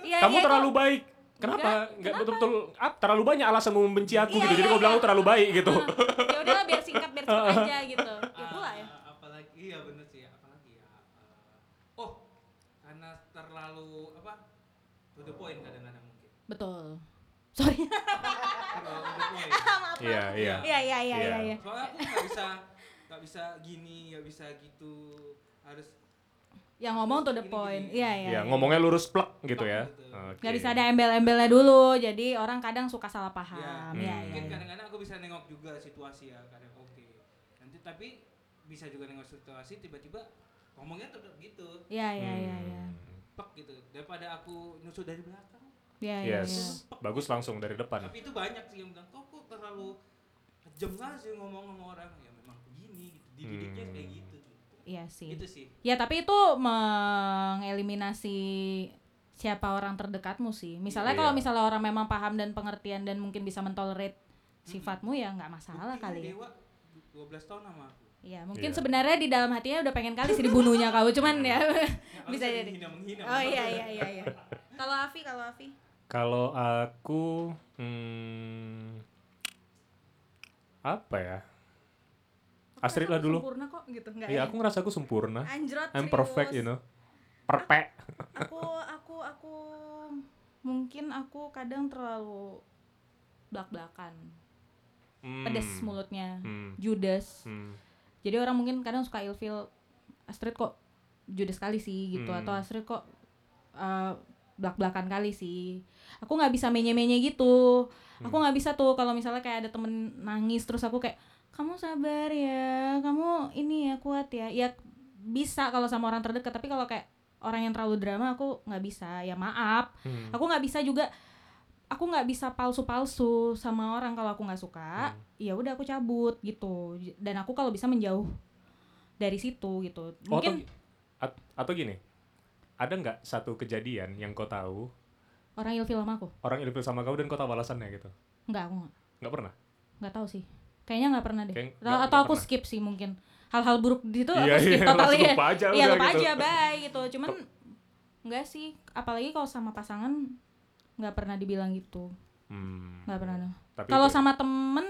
Speaker 1: Iya,
Speaker 2: kamu
Speaker 1: iya, itu-
Speaker 2: terlalu baik Kenapa?
Speaker 1: Enggak,
Speaker 2: Nggak betul-betul ah, terlalu banyak alasan mau membenci aku
Speaker 1: Iya,
Speaker 2: gitu. Jadi
Speaker 1: iya,
Speaker 2: kau bilang
Speaker 1: iya.
Speaker 2: aku terlalu baik gitu.
Speaker 1: ya udahlah biar singkat biar cepet aja gitu ya pula ya
Speaker 3: Ah, apalagi iya bener sih apalagi ya eh, oh karena terlalu apa to the point kadang-kadang mungkin
Speaker 1: betul sorry
Speaker 3: terlalu to the point
Speaker 1: maaf
Speaker 2: Iya, iya.
Speaker 1: iya iya iya
Speaker 2: Iya.
Speaker 1: iya iya.
Speaker 3: soalnya aku nggak bisa nggak bisa gini nggak bisa gitu harus
Speaker 1: yang ngomong to the point iya iya
Speaker 2: Ya, ngomongnya lurus plek gitu ya.
Speaker 3: Plek
Speaker 1: nggak
Speaker 2: Oke.
Speaker 1: bisa ada embel-embelnya dulu jadi orang kadang suka salah paham iya
Speaker 2: Iya. Hmm.
Speaker 1: iya
Speaker 3: mungkin
Speaker 1: iya.
Speaker 3: kadang-kadang aku bisa nengok juga situasi ya kadang oke nanti tapi bisa juga nengok situasi tiba-tiba ngomongnya tetap gitu
Speaker 1: iya iya iya iya
Speaker 2: Hmm.
Speaker 3: pek gitu daripada aku nusuk dari belakang
Speaker 1: iya iya iya.
Speaker 2: Yes, bagus langsung dari depan.
Speaker 3: tapi itu banyak sih yang bilang kok kok terlalu kejam lah sih ngomong sama orang ya memang begini gitu dididiknya
Speaker 2: Hmm.
Speaker 3: kayak gitu gitu
Speaker 1: iya sih
Speaker 3: itu sih
Speaker 1: ya tapi itu mengeliminasi siapa orang terdekatmu sih misalnya
Speaker 2: Iya.
Speaker 1: kalau misalnya orang memang paham dan pengertian dan mungkin bisa mentolerate sifatmu ya nggak masalah
Speaker 3: Buktinya
Speaker 1: kali ya
Speaker 3: dewa 12 tahun sama aku Nah,
Speaker 1: Iya, mungkin
Speaker 2: Iya.
Speaker 1: sebenarnya di dalam hatinya udah pengen kali sih dibunuhnya kau, cuman ya
Speaker 3: Aku
Speaker 1: bisa
Speaker 3: sering
Speaker 1: jadi.
Speaker 3: menghina-menghina.
Speaker 1: Oh iya iya iya iya. Kalau Afi, kalau Afi.
Speaker 2: Kalau aku hmm, apa ya? Astrid lah dulu.
Speaker 1: Sempurna kok gitu, enggak.
Speaker 2: Iya, aku ngerasa aku sempurna.
Speaker 1: Anjrot
Speaker 2: I'm
Speaker 1: serius.
Speaker 2: perfect, you know. Perpek.
Speaker 1: Aku aku aku mungkin aku kadang terlalu blak-blakan.
Speaker 2: Hmm.
Speaker 1: Pedes mulutnya.
Speaker 2: Hmm.
Speaker 1: Judas.
Speaker 2: Hmm.
Speaker 1: Jadi orang mungkin kadang suka ilfil Astrid kok judes kali sih gitu
Speaker 2: Hmm.
Speaker 1: atau Astrid kok eh, blak-blakan kali sih. Aku nggak bisa menye-menye gitu. Aku nggak bisa tuh kalau misalnya kayak ada temen nangis terus aku kayak kamu sabar ya, kamu ini ya kuat ya. Ya bisa kalau sama orang terdekat tapi kalau kayak orang yang terlalu drama aku nggak bisa. Ya maaf.
Speaker 2: Hmm.
Speaker 1: Aku nggak bisa juga aku nggak bisa palsu-palsu sama orang kalau aku nggak
Speaker 2: Hmm.
Speaker 1: suka ya udah aku cabut gitu J- dan aku kalau bisa menjauh dari situ gitu
Speaker 2: Oh, atau
Speaker 1: mungkin
Speaker 2: gi- at- atau gini. Ada nggak satu kejadian yang kau tahu
Speaker 1: orang ilfil sama aku
Speaker 2: orang ilfil sama kau dan kau tahu alasannya gitu?
Speaker 1: nggak aku nggak
Speaker 2: Nggak pernah.
Speaker 1: nggak tahu sih kayaknya nggak pernah deh
Speaker 2: Kayak
Speaker 1: atau,
Speaker 2: nggak-
Speaker 1: atau
Speaker 2: nggak
Speaker 1: aku
Speaker 2: pernah.
Speaker 1: skip sih mungkin hal-hal buruk di situ
Speaker 2: Iya,
Speaker 1: aku skip
Speaker 2: iya,
Speaker 1: total
Speaker 2: langsung
Speaker 1: ya
Speaker 2: lupa aja
Speaker 1: iya
Speaker 2: udah
Speaker 1: lupa
Speaker 2: gitu.
Speaker 1: aja bye gitu cuman nggak sih apalagi kalau sama pasangan nggak pernah dibilang gitu
Speaker 2: Hmm.
Speaker 1: nggak pernah no.
Speaker 2: Tapi
Speaker 1: Kalau
Speaker 2: itu-
Speaker 1: sama temen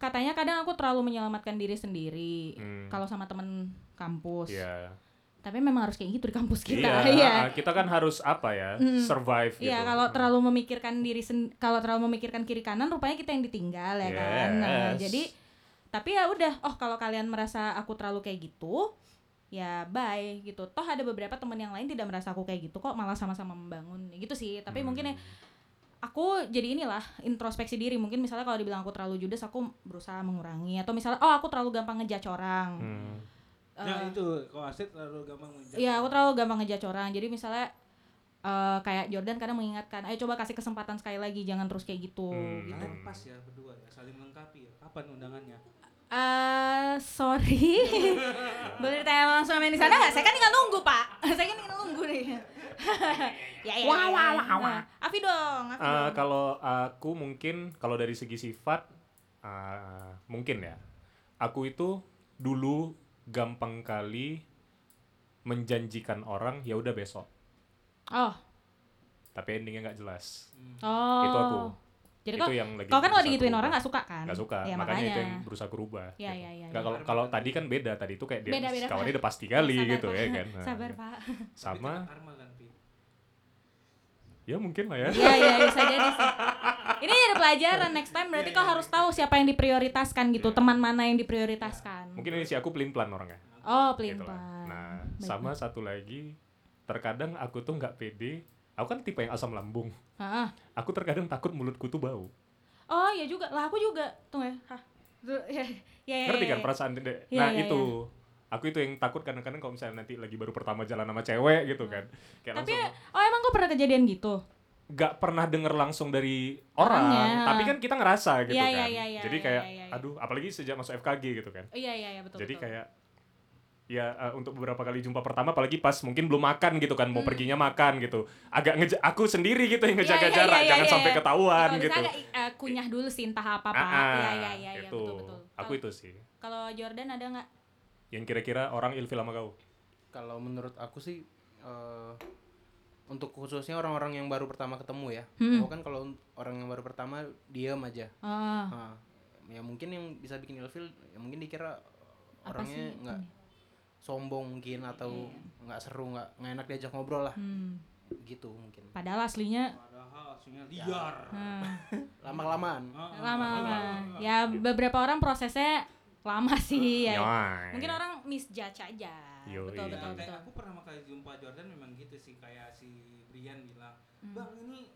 Speaker 1: katanya kadang aku terlalu menyelamatkan diri sendiri.
Speaker 2: Hmm.
Speaker 1: Kalau sama temen kampus.
Speaker 2: Iya.
Speaker 1: Tapi memang harus kayak gitu di kampus kita.
Speaker 2: Iya,
Speaker 1: Iya.
Speaker 2: kita kan harus apa ya?
Speaker 1: Mm.
Speaker 2: Survive gitu.
Speaker 1: Iya, kalau terlalu memikirkan diri sen- kalau terlalu memikirkan kiri kanan rupanya kita yang ditinggal ya kan. Nah,
Speaker 2: Yes.
Speaker 1: jadi tapi ya udah, oh kalau kalian merasa aku terlalu kayak gitu, ya bye gitu toh ada beberapa teman yang lain tidak merasa aku kayak gitu kok malah sama-sama membangun gitu sih tapi
Speaker 2: Hmm.
Speaker 1: mungkin ya aku jadi inilah introspeksi diri mungkin misalnya kalau dibilang aku terlalu judes aku berusaha mengurangi atau misalnya oh aku terlalu gampang ngejudge orang
Speaker 2: Hmm.
Speaker 1: Eh,
Speaker 3: Nah itu kalau aset terlalu gampang menjudge.
Speaker 1: Iya, aku terlalu gampang ngejudge orang. Jadi misalnya eh, kayak Jordan kadang mengingatkan, ayo coba kasih kesempatan sekali lagi, jangan terus kayak gitu.
Speaker 2: Hmm.
Speaker 1: gitu.
Speaker 3: Kalian pas ya berdua ya, saling melengkapi ya. Kapan undangannya?
Speaker 1: Eh, sorry, boleh ditanya langsung sama yang di sana nggak? Saya kan tinggal nunggu pak, saya kan tinggal nunggu nih.
Speaker 2: Iya,
Speaker 1: ya, ya, wah, wah, wah, wah. Afi dong, Afi
Speaker 2: Eh,
Speaker 1: dong.
Speaker 2: kalau aku mungkin kalau dari segi sifat eh, mungkin ya. Aku itu dulu gampang kali menjanjikan orang ya udah besok,
Speaker 1: Oh,
Speaker 2: tapi endingnya nggak jelas.
Speaker 3: Hmm.
Speaker 1: oh.
Speaker 2: Itu aku.
Speaker 1: Jadi
Speaker 2: itu
Speaker 1: kok,
Speaker 2: yang lagi
Speaker 1: kau kan kalau
Speaker 2: berusaha
Speaker 1: digituin
Speaker 2: aku
Speaker 1: orang
Speaker 2: ubah.
Speaker 1: nggak suka kan?
Speaker 2: gitu, nggak suka
Speaker 1: Ya,
Speaker 2: makanya, itu yang berusaha aku rubah
Speaker 1: Ya,
Speaker 2: gitu.
Speaker 1: ya, ya,
Speaker 2: Nggak,
Speaker 1: ya.
Speaker 2: kalau kalau tadi kan beda tadi itu kayak dia
Speaker 1: Beda, beda,
Speaker 2: kawannya
Speaker 1: Pak.
Speaker 2: udah pasti kali
Speaker 1: Sabar,
Speaker 2: gitu
Speaker 1: Pak.
Speaker 2: ya kan Nah,
Speaker 1: Sabar pak.
Speaker 3: Tapi
Speaker 2: sama
Speaker 3: kena karma kan, Pi.
Speaker 2: ya mungkin lah ya
Speaker 1: Iya iya bisa jadi sih. Ini ada pelajaran next time berarti
Speaker 2: Iya,
Speaker 1: kau harus tahu siapa yang diprioritaskan gitu,
Speaker 2: Hmm.
Speaker 1: teman mana yang diprioritaskan.
Speaker 2: mungkin ini sih aku pelin pelan orangnya
Speaker 1: Oh, pelin
Speaker 2: Iya, Gitu lah. nah
Speaker 1: Baik.
Speaker 2: sama satu lagi terkadang aku tuh nggak pede aku kan tipe yang asam lambung
Speaker 1: Heeh.
Speaker 2: aku terkadang takut mulutku tuh bau
Speaker 1: Oh, ya juga. Lah aku juga. Tunggu ya. Hah. Tuh, Ya ya ya.
Speaker 2: ngerti kan
Speaker 1: ya.
Speaker 2: perasaan dede
Speaker 1: Iya,
Speaker 2: nah
Speaker 1: iya,
Speaker 2: itu aku itu yang takut kadang-kadang kalau misalnya nanti lagi baru pertama jalan sama cewek gitu kan kayak
Speaker 1: Iya. Tapi
Speaker 2: langsung
Speaker 1: oh emang kau pernah kejadian gitu?
Speaker 2: gak pernah denger langsung dari orang,
Speaker 1: Orangnya.
Speaker 2: tapi kan kita ngerasa gitu
Speaker 1: Iya,
Speaker 2: kan.
Speaker 1: iya, iya, iya,
Speaker 2: Jadi
Speaker 1: iya,
Speaker 2: kayak,
Speaker 1: iya, iya.
Speaker 2: aduh, apalagi sejak masuk FKG gitu kan.
Speaker 1: Oh, iya iya iya betul.
Speaker 2: Jadi
Speaker 1: betul.
Speaker 2: kayak, ya eh, untuk beberapa kali jumpa pertama, apalagi pas mungkin belum makan gitu kan, mau
Speaker 1: Hmm.
Speaker 2: perginya makan gitu. Agak ngeja- aku sendiri gitu yang
Speaker 1: Iya,
Speaker 2: ngejaga
Speaker 1: iya, iya,
Speaker 2: jarak,
Speaker 1: iya,
Speaker 2: jangan
Speaker 1: iya,
Speaker 2: sampai
Speaker 1: iya.
Speaker 2: ketahuan
Speaker 1: Kalau bisa
Speaker 2: gitu.
Speaker 1: agak, eh, kunyah dulu sih entah apa apa.
Speaker 2: Ah,
Speaker 1: Iya iya iya iya
Speaker 2: itu.
Speaker 1: betul betul.
Speaker 2: Aku
Speaker 1: Kalau-
Speaker 2: itu sih.
Speaker 1: Kalau Jordan ada nggak?
Speaker 2: Yang kira-kira orang ilfil sama kau.
Speaker 4: Kalau menurut aku sih eh, untuk khususnya orang-orang yang baru pertama ketemu ya.
Speaker 1: Hmm.
Speaker 4: Aku kan kalau un- orang yang baru pertama diam aja.
Speaker 1: Ah,
Speaker 4: Nah, ya mungkin yang bisa bikin ilfil ya mungkin dikira
Speaker 1: Apa
Speaker 4: orangnya
Speaker 1: sih
Speaker 4: nggak
Speaker 1: ini? Iya.
Speaker 4: sombong mungkin atau nggak seru nggak nggak enak diajak ngobrol lah
Speaker 1: hmm.
Speaker 4: gitu mungkin
Speaker 1: Padahal aslinya
Speaker 3: Padahal aslinya liar.
Speaker 1: ah.
Speaker 4: lama-lamaan
Speaker 2: Oh,
Speaker 3: Ah, ah, ah,
Speaker 1: lama-lama
Speaker 3: ah, ah.
Speaker 1: ya beberapa orang prosesnya lama sih ya
Speaker 2: Nyai.
Speaker 1: mungkin orang misjudge aja
Speaker 2: Hmm, Yoi.
Speaker 1: betul
Speaker 3: Nah,
Speaker 1: betul
Speaker 3: kayak
Speaker 1: betul
Speaker 3: aku pertama kali jumpa Jordan memang gitu sih kayak si Brian bilang,
Speaker 1: Hmm.
Speaker 3: "Bang, ini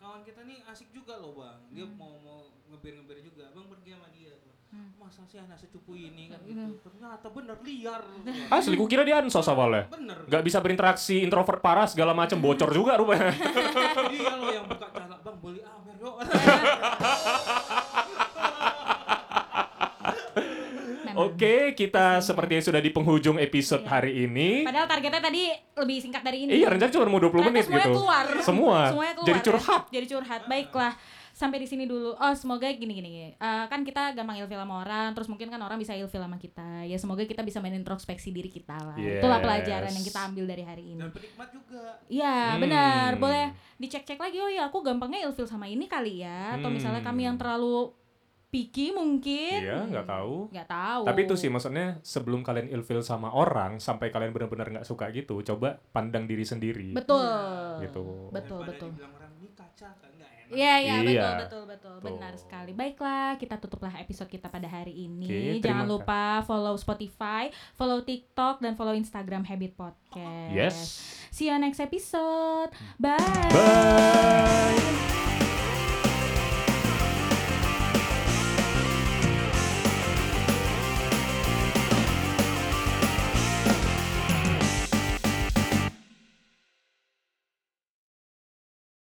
Speaker 3: kawan kita nih asik juga loh, Bang. Dia
Speaker 1: Hmm.
Speaker 3: mau mau ngebir-ngebir juga. Bang pergi sama dia." Masa sih anak secupu
Speaker 1: Hmm.
Speaker 3: ini kan gitu. Ternyata bener liar.
Speaker 2: Asli, ku Ah, kira dia ansos awalnya.
Speaker 3: bener.
Speaker 2: Gak bisa berinteraksi, introvert parah, segala macem, bocor juga rupanya.
Speaker 3: dia Iya loh yang buka cara, "Bang, beli amer yuk."
Speaker 1: Memang.
Speaker 2: Oh, Oke, kita seperti sudah di penghujung episode
Speaker 1: Iya.
Speaker 2: hari ini.
Speaker 1: padahal targetnya tadi lebih singkat dari ini
Speaker 2: Iya, rencana cuma mau 20
Speaker 1: Ternyata
Speaker 2: menit
Speaker 1: semuanya
Speaker 2: gitu.
Speaker 1: keluar
Speaker 2: Semua.
Speaker 1: semuanya keluar
Speaker 2: Jadi
Speaker 1: ya.
Speaker 2: curhat.
Speaker 1: jadi curhat baiklah sampai di sini dulu oh semoga gini gini gini. Eh, kan kita gampang ilfil sama orang terus mungkin kan orang bisa ilfil sama kita ya semoga kita bisa menintrospeksi diri kita lah itulah
Speaker 2: Yes.
Speaker 1: pelajaran yang kita ambil dari hari ini
Speaker 3: Dan penikmat juga.
Speaker 1: Iya
Speaker 2: Hmm.
Speaker 1: benar boleh dicek-cek lagi oh ya aku gampangnya ilfil sama ini kali ya atau misalnya kami yang
Speaker 2: Hmm.
Speaker 1: terlalu picky mungkin
Speaker 2: Iya, nggak tahu.
Speaker 1: nggak tahu
Speaker 2: Tapi itu sih maksudnya sebelum kalian ilfil sama orang sampai kalian benar-benar nggak suka gitu, coba pandang diri sendiri.
Speaker 1: betul
Speaker 2: Gitu.
Speaker 1: betul
Speaker 3: Daripada
Speaker 1: betul
Speaker 3: dibilang orang ini kaca kan enggak enak.
Speaker 1: Iya, iya,
Speaker 2: Iya.
Speaker 1: betul, betul, betul,
Speaker 2: Betul.
Speaker 1: benar sekali. Baiklah, kita tutuplah episode kita pada hari ini.
Speaker 2: Oke,
Speaker 1: Jangan
Speaker 2: terima
Speaker 1: lupa follow Spotify, follow TikTok, dan follow Instagram Habit Podcast.
Speaker 2: Yes.
Speaker 1: See you next episode. Bye.
Speaker 2: Bye.